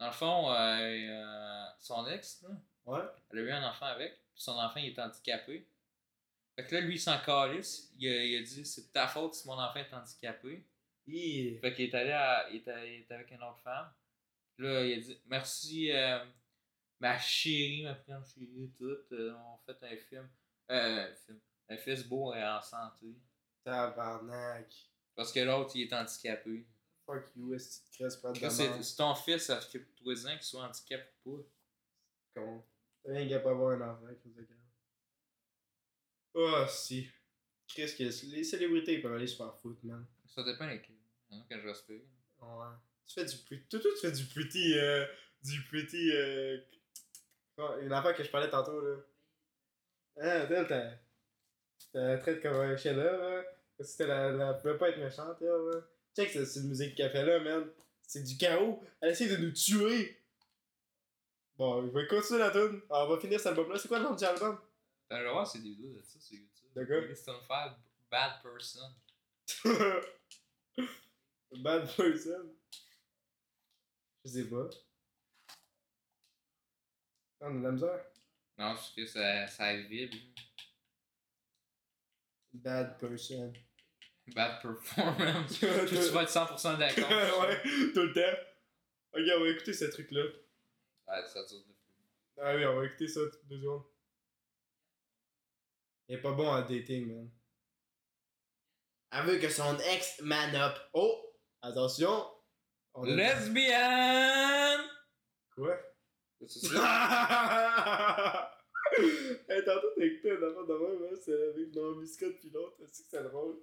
[SPEAKER 1] Dans le fond, euh, euh, son ex, là,
[SPEAKER 2] Ouais.
[SPEAKER 1] elle a eu un enfant avec, puis son enfant, il est handicapé. Fait que là, lui, il s'en calisse. Il a, il a dit c'est de ta faute si mon enfant est handicapé.
[SPEAKER 2] Hi.
[SPEAKER 1] Fait qu'il est allé à- il est allé- il est avec une autre femme. Puis Là, il a dit Merci, euh, ma chérie, ma grande chérie, tout. euh, on fait un film. Euh, un film. Un fils beau et en santé.
[SPEAKER 2] Tabarnak.
[SPEAKER 1] Parce que l'autre, il est handicapé.
[SPEAKER 2] Fuck you, est Chris Pratt de
[SPEAKER 1] Chris, C'est
[SPEAKER 2] merde.
[SPEAKER 1] c'est ton fils, occupe-toi-en, qu'il soit handicapé ou pas.
[SPEAKER 2] con. T'as rien qu'à pas avoir un enfant, Chris de Gaulle. Ah, si. Chris, que les célébrités, ils peuvent aller se faire foutre, man.
[SPEAKER 1] Ça dépend lesquels. Il y en a que je respecte.
[SPEAKER 2] Ouais. Tu fais du pretty. Toi, toi, tu fais du pretty. euh, du pretty. Euh... quoi, Une affaire que je parlais tantôt, là. Ah, t'as. T'as t'as la traite comme un chef-d'œuvre, hein. Parce que la, la pouvait pas être méchante, là. hein. Check cette, cette musique qu'elle fait là, man. C'est du chaos. Elle essaie de nous tuer. Bon, je vais continuer la tune. Alors, on va finir cet album-là. C'est quoi le nom du album
[SPEAKER 1] T'as le droit, c'est des vidéos de ça sur YouTube.
[SPEAKER 2] De quoi?
[SPEAKER 1] C'est une faire bad person.
[SPEAKER 2] Bad Person. Je sais pas. On a de la misère.
[SPEAKER 1] Non, parce que ça, ça vibre.
[SPEAKER 2] Bad person.
[SPEAKER 1] Bad performance.
[SPEAKER 2] ouais,
[SPEAKER 1] tu vas être 100% d'accord.
[SPEAKER 2] tout le temps. Ok, on va écouter ce truc-là.
[SPEAKER 1] Ouais, ça dure deux minutes.
[SPEAKER 2] Ah oui, on va écouter ça toutes deux secondes. Il est pas bon à dating, man. Elle veut que son ex man up. Oh! Attention! On est-
[SPEAKER 1] Lesbienne!
[SPEAKER 2] Quoi?
[SPEAKER 1] C'est ça?
[SPEAKER 2] hey, tantôt t'as écouté un enfant de même, hein, c'est avec non biscotte pis l'autre, tu sais que c'est drôle.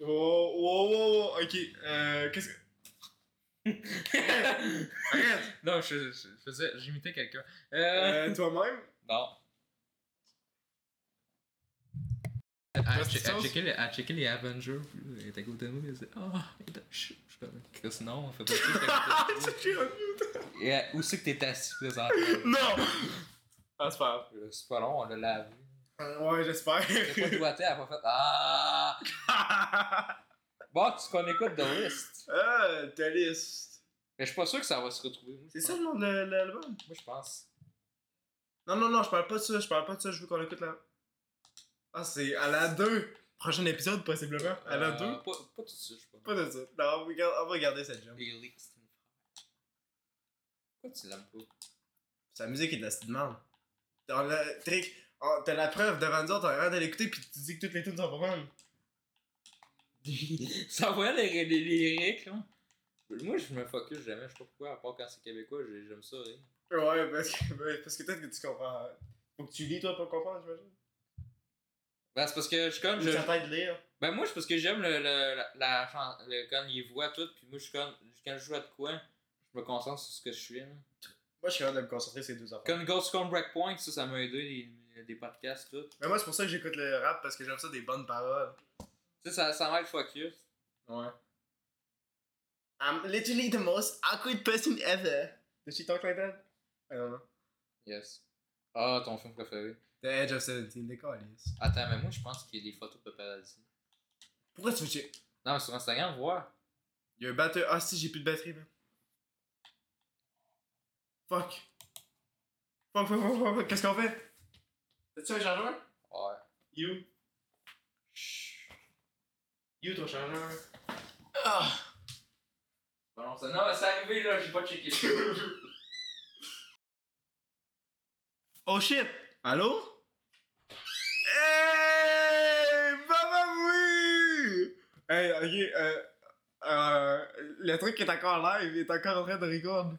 [SPEAKER 2] Wow, wow, wow, wow, ok, euh, qu'est-ce que... Arrête!
[SPEAKER 1] non, je, je, je faisais, j'imitais quelqu'un. Euh,
[SPEAKER 2] Euh, toi-même?
[SPEAKER 1] Non. À, che-
[SPEAKER 2] Prostitution,
[SPEAKER 1] à
[SPEAKER 2] c'est-
[SPEAKER 1] checker les, à checker les Avengers, puis là, elle était à côté de moi, elle disait Ah, il est- chut, je suis comme Chris, non, on fait pas ça.
[SPEAKER 2] Ah, c'est chiant!
[SPEAKER 1] Et euh, où c'est que t'es assis présentement
[SPEAKER 2] Non! Ah, c'est pas
[SPEAKER 1] Euh, C'est pas long, on l'a lavé.
[SPEAKER 2] grave. Euh, Ouais, j'espère.
[SPEAKER 1] J'ai pas doigté, elle a pas fait Ah Bon, tu qu'on écoute The List.
[SPEAKER 2] ah, ta liste.
[SPEAKER 1] Mais je suis pas sûr que ça va se retrouver. moi, je
[SPEAKER 2] C'est
[SPEAKER 1] pense.
[SPEAKER 2] ça le nom de l'album?
[SPEAKER 1] Moi, je pense.
[SPEAKER 2] Non, non, non, je parle pas de ça, je parle pas de ça, je veux qu'on écoute la... Ah, c'est à la 2! Prochain épisode, possiblement. À la
[SPEAKER 1] Euh,
[SPEAKER 2] 2?
[SPEAKER 1] Pas, pas tout de suite, je pense.
[SPEAKER 2] Pas de ça. Non, on regarde- on va regarder cette jump.
[SPEAKER 1] Les leaks, c'est une frappe. Pourquoi tu l'aimes pas
[SPEAKER 2] Sa musique est de la petite merde. Dans le trick, on- t'as la preuve devant nous autres, on a l'air de l'écouter, puis tu dis que toutes les tunes sont pas bonnes.
[SPEAKER 1] Ça va les, les lyriques, là. Moi, je me focus jamais, je sais pas pourquoi, à part quand c'est québécois, j'ai- j'aime ça, rire.
[SPEAKER 2] Ouais, parce que, ouais, parce que peut-être que tu comprends. Faut que tu lis, toi, pour comprendre, j'imagine.
[SPEAKER 1] Ben, c'est parce que je suis comme.
[SPEAKER 2] Ou
[SPEAKER 1] je-
[SPEAKER 2] t'entends de lire.
[SPEAKER 1] Ben, moi, c'est parce que j'aime le, le, la, la chan- le- quand ils voient tout, puis moi, je suis comme. Quand je joue à de quoi, je me concentre sur ce que je suis, là.
[SPEAKER 2] Moi, je suis capable de me concentrer sur ces deux affaires.
[SPEAKER 1] Comme Ghost Con Breakpoint, ça, ça m'a aidé, des, des podcasts, tout. Tu
[SPEAKER 2] Mais moi, c'est pour ça que j'écoute le rap, parce que j'aime ça des bonnes paroles.
[SPEAKER 1] sais, ça, ça m'aide focus.
[SPEAKER 2] Ouais. I'm literally the most awkward person ever. Does she talk like that? I don't know.
[SPEAKER 1] Yes. Ah, ton film préféré.
[SPEAKER 2] The Edge of 17, they call it.
[SPEAKER 1] Attends, mais moi, je pense qu'il y a des photos de paparazzi.
[SPEAKER 2] Pourquoi tu veux check?
[SPEAKER 1] Non, mais sur Instagram, voir.
[SPEAKER 2] Il y a un batteur. Ah si, j'ai plus de batterie, man. Fuck. Fuck, fuck, fuck, fuck, fuck. Qu'est-ce qu'on fait? T'as-tu un chargeur?
[SPEAKER 1] Ouais.
[SPEAKER 2] You. You, ton chargeur. Ah.
[SPEAKER 1] Bon, non, ça- non, mais c'est arrivé, là, j'ai pas checké.
[SPEAKER 2] Oh shit! Allô? Hey! Papa, oui! Hey, ok, euh, euh, le truc est encore live, est encore en train de record.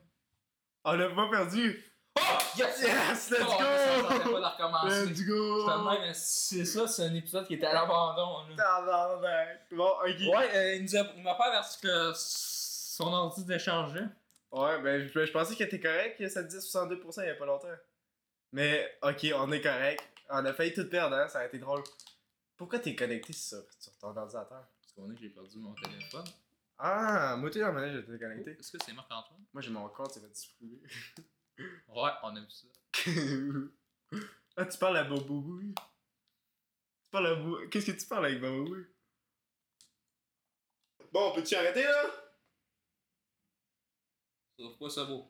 [SPEAKER 2] On l'a pas perdu!
[SPEAKER 1] Oh! Yes!
[SPEAKER 2] Yes, let's
[SPEAKER 1] Oh, ça, ça, ça,
[SPEAKER 2] go!
[SPEAKER 1] pas de recommencer.
[SPEAKER 2] Let's go!
[SPEAKER 1] Finalement, mais c'est ça, c'est un épisode qui était à l'abandon. là.
[SPEAKER 2] Tabarnak! Bon, ok.
[SPEAKER 1] Ouais, euh, il nous a- il m'a pas averti que son ordi déchargeait.
[SPEAKER 2] Ouais, ben je, je pensais que t'es correct, que ça te dit 62% il y a pas longtemps. Mais ok, on est correct. On a failli tout perdre, hein, ça a été drôle. Pourquoi t'es connecté sur, sur ton ordinateur?
[SPEAKER 1] Parce qu'on est, j'ai perdu mon téléphone.
[SPEAKER 2] Ah, moi, t'es dans ma j'étais connecté.
[SPEAKER 1] Est-ce que c'est Marc-Antoine?
[SPEAKER 2] Moi, j'ai mon compte, ça va distribuer.
[SPEAKER 1] Ouais, on a vu ça.
[SPEAKER 2] ah, tu parles à Boboui. Tu parles à Boboui. Qu'est-ce que tu parles avec Boboui? Bon, peux-tu arrêter là?
[SPEAKER 1] Sauf pas ça beau.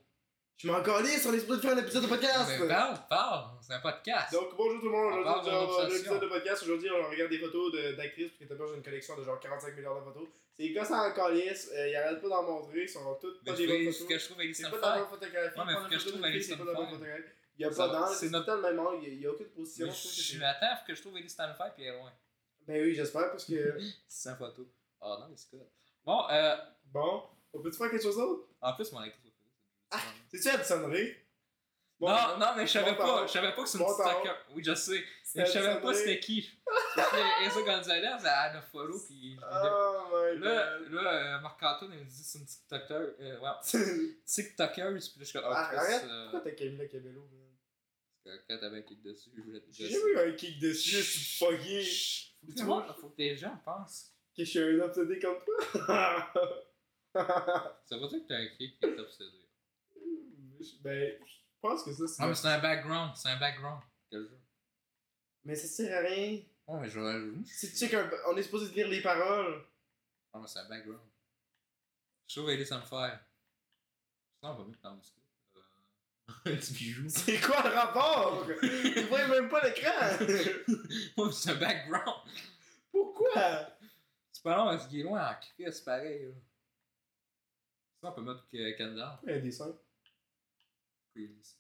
[SPEAKER 2] Je m'en calisse, on est supposé faire un épisode de podcast!
[SPEAKER 1] Mais parle, parle, c'est un podcast.
[SPEAKER 2] Donc bonjour tout le monde,
[SPEAKER 1] On
[SPEAKER 2] aujourd'hui
[SPEAKER 1] parle
[SPEAKER 2] on va
[SPEAKER 1] de
[SPEAKER 2] faire un
[SPEAKER 1] l'obsession.
[SPEAKER 2] épisode de podcast, aujourd'hui on regarde des photos de- d'actrices parce que t'as j'ai une collection de genre 45 milliards de photos. C'est les gars ça en calice, euh, ils arrêtent pas d'en montrer, ils sont toutes
[SPEAKER 1] Mais
[SPEAKER 2] pas
[SPEAKER 1] je
[SPEAKER 2] des
[SPEAKER 1] fais
[SPEAKER 2] bonnes
[SPEAKER 1] ce que
[SPEAKER 2] photos.
[SPEAKER 1] je trouve avec
[SPEAKER 2] C'est
[SPEAKER 1] Sam
[SPEAKER 2] pas de la
[SPEAKER 1] Fire.
[SPEAKER 2] bonne photographie,
[SPEAKER 1] Ouais, mais
[SPEAKER 2] prendre
[SPEAKER 1] faut que je
[SPEAKER 2] une photo
[SPEAKER 1] trouve
[SPEAKER 2] d'une fille,
[SPEAKER 1] Alice
[SPEAKER 2] c'est pas de
[SPEAKER 1] Sam
[SPEAKER 2] la bonne
[SPEAKER 1] Fire.
[SPEAKER 2] photographie. Il y a
[SPEAKER 1] Ça
[SPEAKER 2] pas
[SPEAKER 1] va,
[SPEAKER 2] d'angle,
[SPEAKER 1] c'est
[SPEAKER 2] c'est tout
[SPEAKER 1] notre-
[SPEAKER 2] le temps le même angle, il y a aucune
[SPEAKER 1] Mais
[SPEAKER 2] position. je
[SPEAKER 1] Je
[SPEAKER 2] trouve que
[SPEAKER 1] je
[SPEAKER 2] c'est-
[SPEAKER 1] m'attends à ce que je trouve Ellie Stanfire puis elle est loin.
[SPEAKER 2] Ben oui, j'espère parce que.
[SPEAKER 1] Sans photo. Ah non, mais c'est cool. Bon, euh,
[SPEAKER 2] Bon, on peut-tu faire quelque chose d'autre
[SPEAKER 1] en plus, mon actrice préférée, c'est Judy Garland.
[SPEAKER 2] C'est-tu à la sonnerie Ah! Bon,
[SPEAKER 1] non, non, mais je savais
[SPEAKER 2] bon
[SPEAKER 1] pas,
[SPEAKER 2] parole.
[SPEAKER 1] je savais pas que c'est une
[SPEAKER 2] Bon
[SPEAKER 1] petite
[SPEAKER 2] parole.
[SPEAKER 1] stalker. Oui, je sais.
[SPEAKER 2] c'est
[SPEAKER 1] Mais
[SPEAKER 2] à
[SPEAKER 1] je savais pas
[SPEAKER 2] Alexandre.
[SPEAKER 1] c'était qui. Parce que Eza Gonzalez, elle a follow puis.
[SPEAKER 2] Oh my
[SPEAKER 1] Là,
[SPEAKER 2] god.
[SPEAKER 1] là euh, Marc-Antoine, il me dit c'est une TikToker. Euh, ouais, TikToker, puis là, je suis comme,
[SPEAKER 2] Ah,
[SPEAKER 1] ah, Chris,
[SPEAKER 2] arrête.
[SPEAKER 1] euh,
[SPEAKER 2] Pourquoi t'as Camila Cabello man?
[SPEAKER 1] quand quand t'avais kick dessus, je voulais te
[SPEAKER 2] J'ai
[SPEAKER 1] dire.
[SPEAKER 2] jamais eu un kick dessus, c'est fucké.
[SPEAKER 1] Faut que tu vois, faut que les gens pensent.
[SPEAKER 2] Que je suis un obsédé comme toi.
[SPEAKER 1] Ça veut dire que t'as un kick qui est obsédé.
[SPEAKER 2] ben, je pense que ça, c'est.
[SPEAKER 1] Non, Ah, mais c'est un background, c'est un background. Quel jeu?
[SPEAKER 2] Mais ça sert à rien.
[SPEAKER 1] Ouais, mais j'aurais joué.
[SPEAKER 2] Si tu sais qu'on est supposé lire les paroles.
[SPEAKER 1] Non, Ah, mais c'est un background. Je trouve Ellie Sunfire. Sinon, on va mettre dans le discours. Euh, Un petit bijou.
[SPEAKER 2] C'est quoi le rapport Ils voient même pas l'écran.
[SPEAKER 1] Ouais, mais c'est un background.
[SPEAKER 2] Pourquoi
[SPEAKER 1] C'est pas long parce qu'il est loin en Chris, c'est pareil. Là. Sinon, on peut mettre que Kendall.
[SPEAKER 2] Pourquoi il y a des sons
[SPEAKER 1] puis Ellie.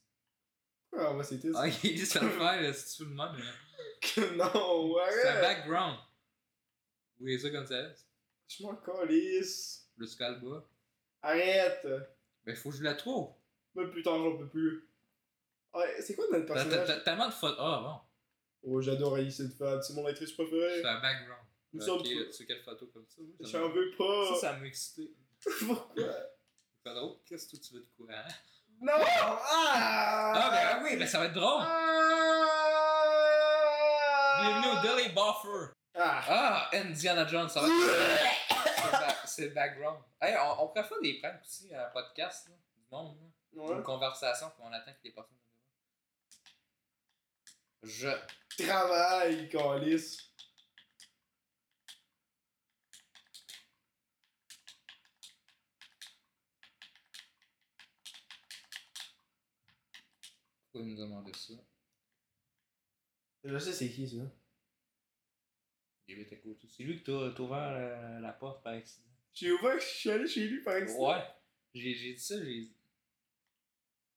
[SPEAKER 2] Pourquoi on va citer ça
[SPEAKER 1] Ah, Ellie Sunfire, c'est tout le monde. là.
[SPEAKER 2] Non,
[SPEAKER 1] C'est un
[SPEAKER 2] ouais.
[SPEAKER 1] background. Oui, ça comme ça.
[SPEAKER 2] Je m'en calisse.
[SPEAKER 1] Le Scalba.
[SPEAKER 2] Arrête.
[SPEAKER 1] Ben, faut que je la trouve.
[SPEAKER 2] Même plus tard, j'en peux plus. Ouais, c'est quoi notre
[SPEAKER 1] T'as- T'as
[SPEAKER 2] personnage
[SPEAKER 1] t'as tellement de photos. Ah, bon.
[SPEAKER 2] Oh, j'adore Alice et Fad, c'est mon actrice préférée.
[SPEAKER 1] C'est un background.
[SPEAKER 2] Nous
[SPEAKER 1] Ok,
[SPEAKER 2] sommes
[SPEAKER 1] tu sais quelle photo comme ça? oui, ça
[SPEAKER 2] J'en
[SPEAKER 1] m'a-
[SPEAKER 2] veux
[SPEAKER 1] Ça,
[SPEAKER 2] pas.
[SPEAKER 1] ça m'a excité.
[SPEAKER 2] Pourquoi
[SPEAKER 1] Pas drôle, qu'est-ce que tu veux de quoi? hein?
[SPEAKER 2] Non Ah
[SPEAKER 1] Ah, ben ah oui, ben ça va être drôle! Bienvenue au Daily Buffer!
[SPEAKER 2] Ah!
[SPEAKER 1] Ah, Indiana Jones, ça va être C'est le ba- C'est le background. Hey, on, on pourrait faire des pranks aussi, un podcast, là, du monde, là. Une
[SPEAKER 2] Ouais.
[SPEAKER 1] conversation, puis on attend que les personnes nous Je.
[SPEAKER 2] Travail, calice!
[SPEAKER 1] Pourquoi ils nous demander ça?
[SPEAKER 2] Je sais c'est qui ça.
[SPEAKER 1] Il était cool. C'est lui qui t'a t'a ouvert euh, la porte par accident.
[SPEAKER 2] J'ai ouvert que je suis allé chez lui par accident.
[SPEAKER 1] Ouais. J'ai j'ai dit ça, j'ai dit.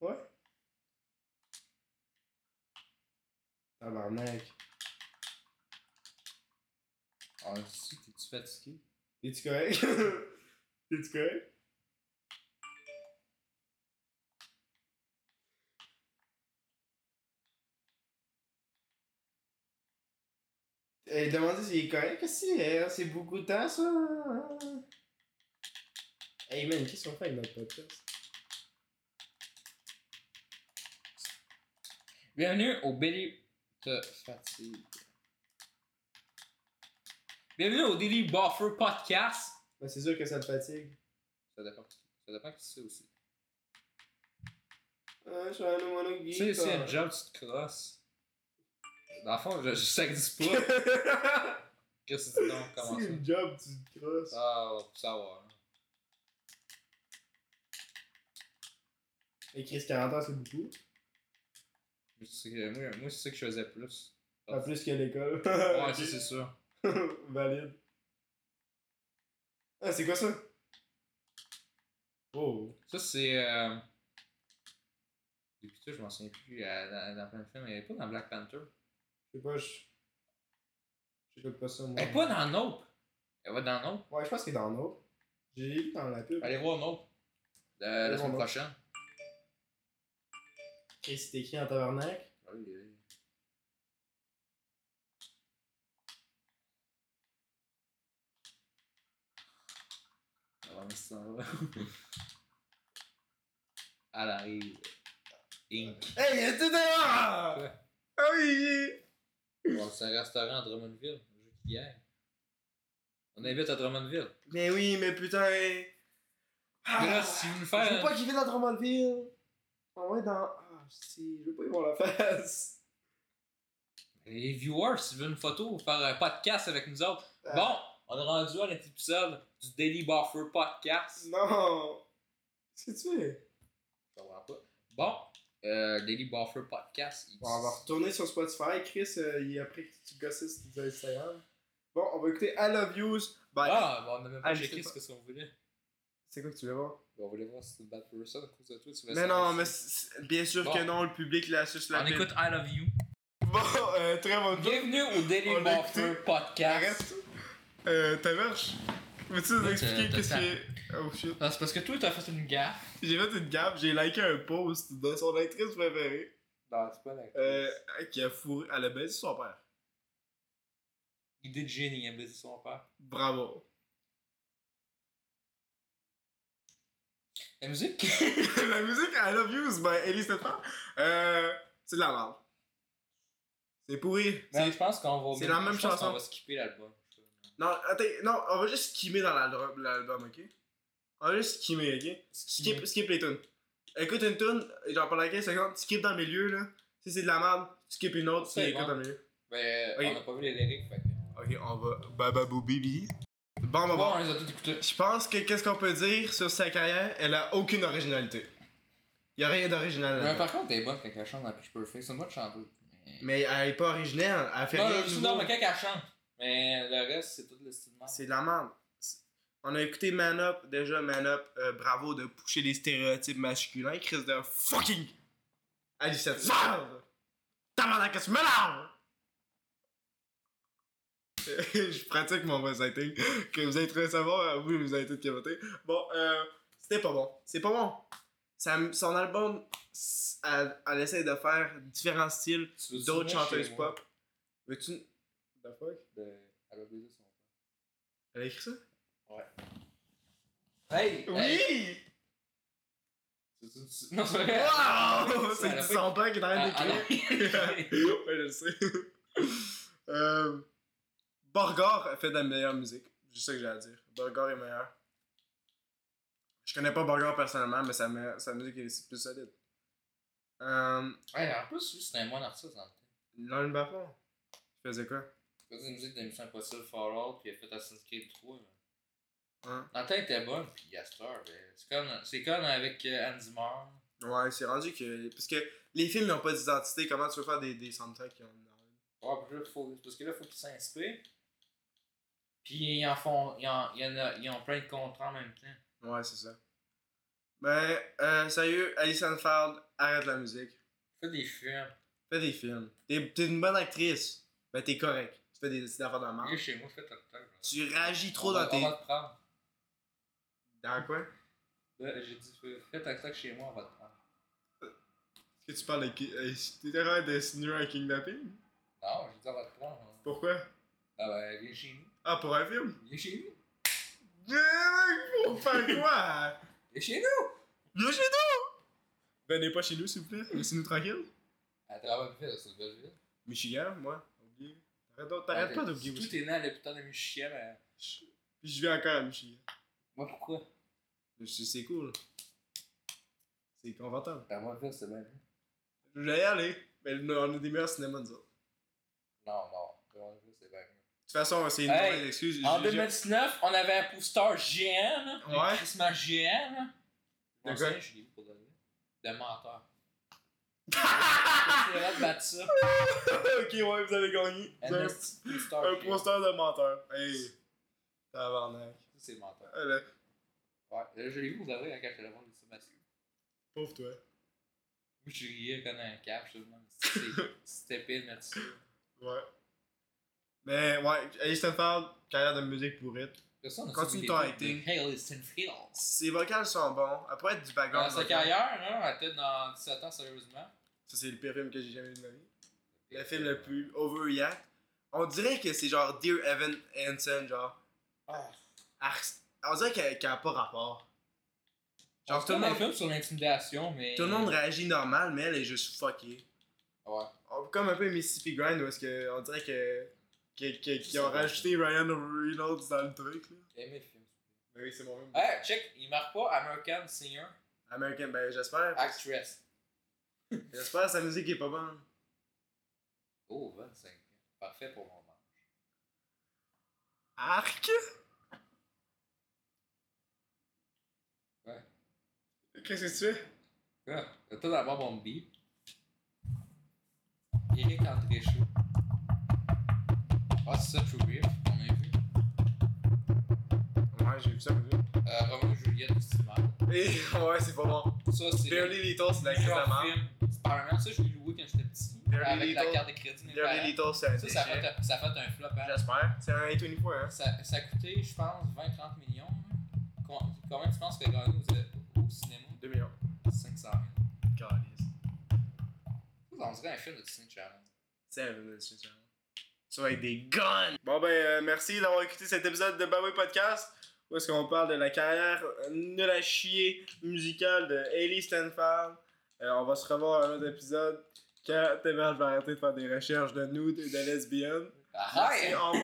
[SPEAKER 2] Ouais. Tabarnak.
[SPEAKER 1] Ah, si, t'es-tu fatigué?
[SPEAKER 2] T'es-tu correct? T'es-tu correct? Et demandez s'il est correct, qu'est-ce que c'est? hein? C'est beaucoup de temps, ça? Hey man, qu'est-ce qu'on fait avec notre podcast?
[SPEAKER 1] Bienvenue au Billy te fatigue. Bienvenue au Daily Buffer Podcast.
[SPEAKER 2] Ben, c'est sûr que ça te fatigue.
[SPEAKER 1] Ça dépend. Ça dépend qui c'est aussi.
[SPEAKER 2] Ah, je suis un homme
[SPEAKER 1] Tu sais, si un job, tu te crosses. Dans le fond, je, je- ça existe pas. Qu'est-ce que tu dis donc? Comment
[SPEAKER 2] C'est
[SPEAKER 1] ça?
[SPEAKER 2] une job, tu te crosses.
[SPEAKER 1] Ah, on va tout savoir. hein.
[SPEAKER 2] Et Chris, 40 ans, c'est beaucoup.
[SPEAKER 1] Mais tu sais que Moi, moi, c'est ça que je faisais plus.
[SPEAKER 2] Pas Ah, plus qu'à l'école.
[SPEAKER 1] Ah. Ouais, ça, c'est sûr.
[SPEAKER 2] Valide. Ah, c'est quoi ça? Oh.
[SPEAKER 1] Ça, c'est. Euh... Depuis ça, je m'en souviens plus. euh, dans, dans plein de films. Elle est pas dans Black Panther.
[SPEAKER 2] Je sais pas, je. J'écoute pas ça, moi.
[SPEAKER 1] Elle est pas dans Nope. Elle va dans Nope.
[SPEAKER 2] Ouais, je pense qu'il est dans l'autre. J'ai vu dans la pub.
[SPEAKER 1] Allez voir Nope. Euh,
[SPEAKER 2] Allez
[SPEAKER 1] la
[SPEAKER 2] voir
[SPEAKER 1] semaine
[SPEAKER 2] Nope.
[SPEAKER 1] prochaine.
[SPEAKER 2] Chris, c'est écrit en tabarnak.
[SPEAKER 1] Ah,
[SPEAKER 3] On s'en va. Elle arrive. Inc.
[SPEAKER 2] Hey, y'a tout dehors!
[SPEAKER 1] Ouais.
[SPEAKER 2] Ah oui!
[SPEAKER 1] Bon, c'est un restaurant à Drummondville, un jeu qui gagne. On invite à Drummondville.
[SPEAKER 2] Mais oui, mais putain! eh.
[SPEAKER 1] Mais là,
[SPEAKER 2] Ah,
[SPEAKER 1] si vous le
[SPEAKER 2] je veux
[SPEAKER 1] faites,
[SPEAKER 2] pas qu'il vienne à Drummondville! On va être dans. Ah, si, je veux pas y voir la face!
[SPEAKER 1] les viewers, si vous voulez une photo, faire un podcast avec nous autres.
[SPEAKER 2] Ah.
[SPEAKER 1] Bon, on est rendu à l'épisode du Daily Buffer Podcast.
[SPEAKER 2] Non! C'est tu veux?
[SPEAKER 1] Je comprends pas. Bon, euh, Daily Buffer Podcast. il-
[SPEAKER 2] Bon, on va retourner sur Spotify. Chris, euh, il est après que tu gossisses sur Instagram. Bon, on va écouter I Love Yous. Bye!
[SPEAKER 1] Ah, bon, on n'a même pas
[SPEAKER 2] Ah, je
[SPEAKER 1] checké
[SPEAKER 2] sais
[SPEAKER 1] ce que ça, on voulait.
[SPEAKER 2] C'est quoi que tu veux voir?
[SPEAKER 1] On voulait voir si tu bad person à cause de toi. tu voulais
[SPEAKER 2] Mais
[SPEAKER 1] savoir
[SPEAKER 2] non,
[SPEAKER 1] si-
[SPEAKER 2] mais c'est- bien sûr
[SPEAKER 1] Bon.
[SPEAKER 2] que non, le public la suce la
[SPEAKER 1] On
[SPEAKER 2] bite.
[SPEAKER 1] écoute I Love You.
[SPEAKER 2] Bon, euh, très bonne journée.
[SPEAKER 1] Bienvenue au Daily
[SPEAKER 2] On l'a écouté.
[SPEAKER 1] Buffer Podcast.
[SPEAKER 2] Arrête. Euh, ta marche. Veux-tu nous
[SPEAKER 1] Ouais,
[SPEAKER 2] expliquer
[SPEAKER 1] t'as-
[SPEAKER 2] qu'est-ce
[SPEAKER 1] euh, t'as-
[SPEAKER 2] qui est. Oh shit.
[SPEAKER 1] Non, c'est parce que toi, t'as fait une gaffe.
[SPEAKER 2] J'ai fait une gaffe, j'ai liké un post de son actrice préférée.
[SPEAKER 1] Ben,
[SPEAKER 3] Non, c'est pas la
[SPEAKER 2] Euh, qui a fourré. Elle a baisé son père.
[SPEAKER 1] Idée de génie, elle me dit son père.
[SPEAKER 2] Bravo.
[SPEAKER 1] La musique
[SPEAKER 2] la musique I Love Yous, ben, Ellie Stéphane. Euh, c'est de la merde. C'est pourri.
[SPEAKER 1] Mais Ben, je pense qu'on va.
[SPEAKER 2] c'est la même
[SPEAKER 1] je pense
[SPEAKER 2] chanson.
[SPEAKER 1] qu'on va skipper l'album.
[SPEAKER 2] Non, attends, non, on va juste skimmer dans l'al- l'album, ok? On va juste skimmer, ok? Skip, skip les tunes. Écoute une tune, genre pendant 15 secondes, skip dans le milieu, là. Si c'est de la merde, skip une autre, puis
[SPEAKER 1] C'est
[SPEAKER 2] écoute
[SPEAKER 1] bon.
[SPEAKER 2] dans le milieu.
[SPEAKER 1] Ben,
[SPEAKER 2] Ok.
[SPEAKER 1] on a pas vu les lyrics, fait que.
[SPEAKER 2] Ok, on va. Bababou Bibi. Bon, bon,
[SPEAKER 1] Bon,
[SPEAKER 2] bon.
[SPEAKER 1] on les a tous écoutés.
[SPEAKER 2] Je pense que qu'est-ce qu'on peut dire sur sa carrière, elle a aucune originalité. Y'a rien d'original
[SPEAKER 1] Mais
[SPEAKER 2] là
[SPEAKER 1] par contre, elle est bonne quand elle chante dans Pitch Perfect. C'est une bonne chanteuse. Mais.
[SPEAKER 2] Mais elle est pas originale, elle fait
[SPEAKER 1] non,
[SPEAKER 2] rien.
[SPEAKER 1] je
[SPEAKER 2] de
[SPEAKER 1] suis
[SPEAKER 2] nouveau.
[SPEAKER 1] dans mais quand elle chante. Mais le reste, c'est tout le style de merde.
[SPEAKER 2] C'est de la merde. C'est- On a écouté Man Up, déjà Man Up, euh, bravo de pousser les stéréotypes masculins, Chris de fucking. Alice cette merde! Tabarnak, qu'est-ce que tu me larves? Je pratique mon voice acting que vous allez trouvé ça bon, euh, vous vous avez tout capoté. Bon, euh, c'était pas bon. C'est pas bon. Ça m- son album, s- elle, elle essaie de faire différents styles,
[SPEAKER 1] Tu veux-tu
[SPEAKER 2] d'autres
[SPEAKER 1] venir chez
[SPEAKER 2] chanteuses
[SPEAKER 1] moi
[SPEAKER 2] pop. Veux-tu. The fuck?
[SPEAKER 1] de- Elle a baisé son père.
[SPEAKER 2] Elle a écrit ça?
[SPEAKER 1] Hey! hey,
[SPEAKER 2] Oui!
[SPEAKER 1] tu- tu- tu- Non, c'est vrai!
[SPEAKER 2] Wow!
[SPEAKER 1] Ça,
[SPEAKER 2] C'est
[SPEAKER 1] elle a
[SPEAKER 2] du
[SPEAKER 1] fait-
[SPEAKER 2] sang-père qui est en train
[SPEAKER 1] Ah, ah,
[SPEAKER 2] d'écrire. ouais, je le sais. euh, Borgor fait de la meilleure musique. C'est ça que j'ai à dire. Borgor est meilleur. Je connais pas Borgor personnellement, mais sa, me- sa musique est plus solide. Euh,
[SPEAKER 1] Ouais, en plus, lui, c'était un bon artiste dans le temps.
[SPEAKER 2] Lauren Bafon, il faisait quoi?
[SPEAKER 1] Il faisait une musique de Mission Impossible Fallout, puis il a fait Assassin's Creed 3. là.
[SPEAKER 2] Hein?
[SPEAKER 1] Dans le temps, elle était bonne, puis Yastar, ben, c'est comme, c'est comme avec euh, Andy Moore.
[SPEAKER 2] Ouais, c'est rendu que. Parce que les films n'ont pas d'identité. Comment tu veux faire des, des soundtracks qui ont une
[SPEAKER 1] Ouais, puis là, faut, parce que là, faut qu'ils s'inspirent. Puis ils en font, ils en, ils en, a- ils ont plein de contrats en même temps.
[SPEAKER 2] Ouais, c'est ça. Ben, euh, sérieux, Alison Fard, arrête la musique.
[SPEAKER 1] Fais des films.
[SPEAKER 2] Fais des films. T'es t'es une bonne actrice. Ben, t'es correct. Tu fais des, des affaires de la
[SPEAKER 1] Viens
[SPEAKER 2] merde.
[SPEAKER 1] chez moi, fais ta tête.
[SPEAKER 2] Tu réagis trop
[SPEAKER 1] on,
[SPEAKER 2] dans
[SPEAKER 1] va-
[SPEAKER 2] tes.
[SPEAKER 1] On va te prendre.
[SPEAKER 2] Dans quoi
[SPEAKER 1] Là, j'ai dit, fais- fais ta tête chez moi, on va te prendre.
[SPEAKER 2] Est-ce que tu parles de. ki- euh, T'es en train d'insinuer un kidnapping
[SPEAKER 1] Non, j'ai dit, on va te prendre. hein.
[SPEAKER 2] Pourquoi
[SPEAKER 1] Ah ben, viens chez nous.
[SPEAKER 2] Ah, pour un film
[SPEAKER 1] Viens chez nous.
[SPEAKER 2] Mais Pour faire quoi
[SPEAKER 1] Viens chez nous.
[SPEAKER 2] Viens chez nous Ben, n'est pas chez nous, s'il vous plaît. Laissez-nous tranquille.
[SPEAKER 1] Elle travaille vite, c'est une belle ville.
[SPEAKER 2] Michigan, moi. Oublié. T'arrêtes donc- T'arrêtes pas d'oublier
[SPEAKER 1] Tout
[SPEAKER 2] Michigan.
[SPEAKER 1] est né à l'hôpital de Michigan. mais-
[SPEAKER 2] Puis je vis encore à Michigan.
[SPEAKER 1] Moi, pourquoi
[SPEAKER 2] Je sais, C'est cool. C'est confortable.
[SPEAKER 1] Ben, moi, ville, c'est bien. mieux.
[SPEAKER 2] Je vais y aller. Mais on a des meilleurs cinémas, nous autres.
[SPEAKER 1] Non, non. Drummondville, c'est bien. mieux.
[SPEAKER 2] De toute façon, c'est une
[SPEAKER 1] Hey,
[SPEAKER 2] mauvaise excuse.
[SPEAKER 1] En
[SPEAKER 2] Je- je-
[SPEAKER 1] 2019, on avait un poster géant, là, un
[SPEAKER 2] Ouais.
[SPEAKER 1] Christmas géant. Là.
[SPEAKER 2] De
[SPEAKER 1] Mon
[SPEAKER 2] quoi?
[SPEAKER 1] singe, je l'ai vu pour de vrai. De menteur. C'est vrai de battre ça.
[SPEAKER 2] ok, ouais, vous avez gagné. Vous
[SPEAKER 1] Un
[SPEAKER 2] avez
[SPEAKER 1] esti de poster
[SPEAKER 2] Un
[SPEAKER 1] géant.
[SPEAKER 2] poster de menteur. Hey. Tabarnak.
[SPEAKER 1] Ça, C'est menteur.
[SPEAKER 2] Ah, là,
[SPEAKER 1] Ouais, là, je l'ai vu pour de vrai hein, quand je l'ai vu, c'est Mathieu.
[SPEAKER 2] Pauvre toi.
[SPEAKER 1] Moi, je riais comme un cap, je me demande si c'était- si c'était pire, merci.
[SPEAKER 2] Ouais. Mais ouais, Alice Stenfeld, carrière de musique pourrite.
[SPEAKER 1] Là, ça, on a
[SPEAKER 2] Continue
[SPEAKER 1] suivi
[SPEAKER 2] ton
[SPEAKER 1] des
[SPEAKER 2] acting.
[SPEAKER 1] trucs de Hail Stenfield.
[SPEAKER 2] Ses vocales sont bons. Elle pourrait être du background.
[SPEAKER 1] Dans sa
[SPEAKER 2] vocal.
[SPEAKER 1] carrière, là, elle était dans 17 ans, sérieusement.
[SPEAKER 2] Ça, c'est le pire film que j'ai jamais vu de ma vie. Le film le plus overreact. On dirait que c'est genre Dear Evan Hansen, genre.
[SPEAKER 3] Ah.
[SPEAKER 2] Ars- On dirait qu'elle qu'elle a pas rapport.
[SPEAKER 1] Genre,
[SPEAKER 2] Genre,
[SPEAKER 1] tout
[SPEAKER 2] tout le
[SPEAKER 1] un
[SPEAKER 2] monde-
[SPEAKER 1] film sur l'intimidation, mais.
[SPEAKER 2] Tout le monde réagit normal, mais elle est juste fuckée.
[SPEAKER 1] Ouais.
[SPEAKER 2] On- Oh, Comme un peu Mississippi Grind, où est-ce que on dirait que. que- que- qu'ils ont
[SPEAKER 3] C'est vrai.
[SPEAKER 2] rajouté Ryan Reynolds dans le truc, là.
[SPEAKER 1] J'ai aimé le film.
[SPEAKER 2] Ben oui, c'est mon film.
[SPEAKER 1] Ah, check, il marque pas American Singer
[SPEAKER 2] American, ben j'espère.
[SPEAKER 1] Actress.
[SPEAKER 2] J'espère que sa musique est pas bonne.
[SPEAKER 1] Oh, 25 Parfait pour mon moment.
[SPEAKER 2] Arc!
[SPEAKER 1] Ouais.
[SPEAKER 2] Qu'est-ce que tu fais?
[SPEAKER 1] Quoi? T'as d'abord mon beat. Eric André Chou. Ah, c'est ça, True Grief, on a vu.
[SPEAKER 2] Ouais, j'ai vu ça, mais.
[SPEAKER 1] Euh, Roméo et Juliette, c'est mal.
[SPEAKER 2] Et Eh, ouais, c'est pas bon.
[SPEAKER 1] Ça, c'est.
[SPEAKER 2] Barely Little, c'est de la crise de la
[SPEAKER 1] meilleur
[SPEAKER 2] mort.
[SPEAKER 1] film Spider-Man, ça, je l'ai loué quand j'étais petit.
[SPEAKER 2] Barely
[SPEAKER 1] avec la
[SPEAKER 2] Little.
[SPEAKER 1] carte de crédit. de mes
[SPEAKER 2] Barely
[SPEAKER 1] parents.
[SPEAKER 2] Little, c'est un
[SPEAKER 1] Ça, ça a,
[SPEAKER 2] déchet.
[SPEAKER 1] fait un, ça a fait un flop. hein.
[SPEAKER 2] J'espère. C'est un A24, hein.
[SPEAKER 1] Ça, ça a coûté, je pense, 20-30 millions. hein. Com- Combien tu penses que gagné au, au cinéma
[SPEAKER 2] 2 millions.
[SPEAKER 1] 500 000.
[SPEAKER 2] Calice.
[SPEAKER 1] Ça, On dirait un film de Disney Channel.
[SPEAKER 2] C'est un film de science-fiction. Ça va être des guns! Bon, ben, euh, merci d'avoir écouté cet épisode de Baboué Podcast. Où est-ce qu'on parle de la carrière euh, nulle à chier musicale de Hailey Stanford. Euh, on va se revoir à un autre épisode quand Théberge va arrêter de faire des recherches de nudes et de lesbiennes.
[SPEAKER 1] Arrête!
[SPEAKER 2] Merci, au revoir.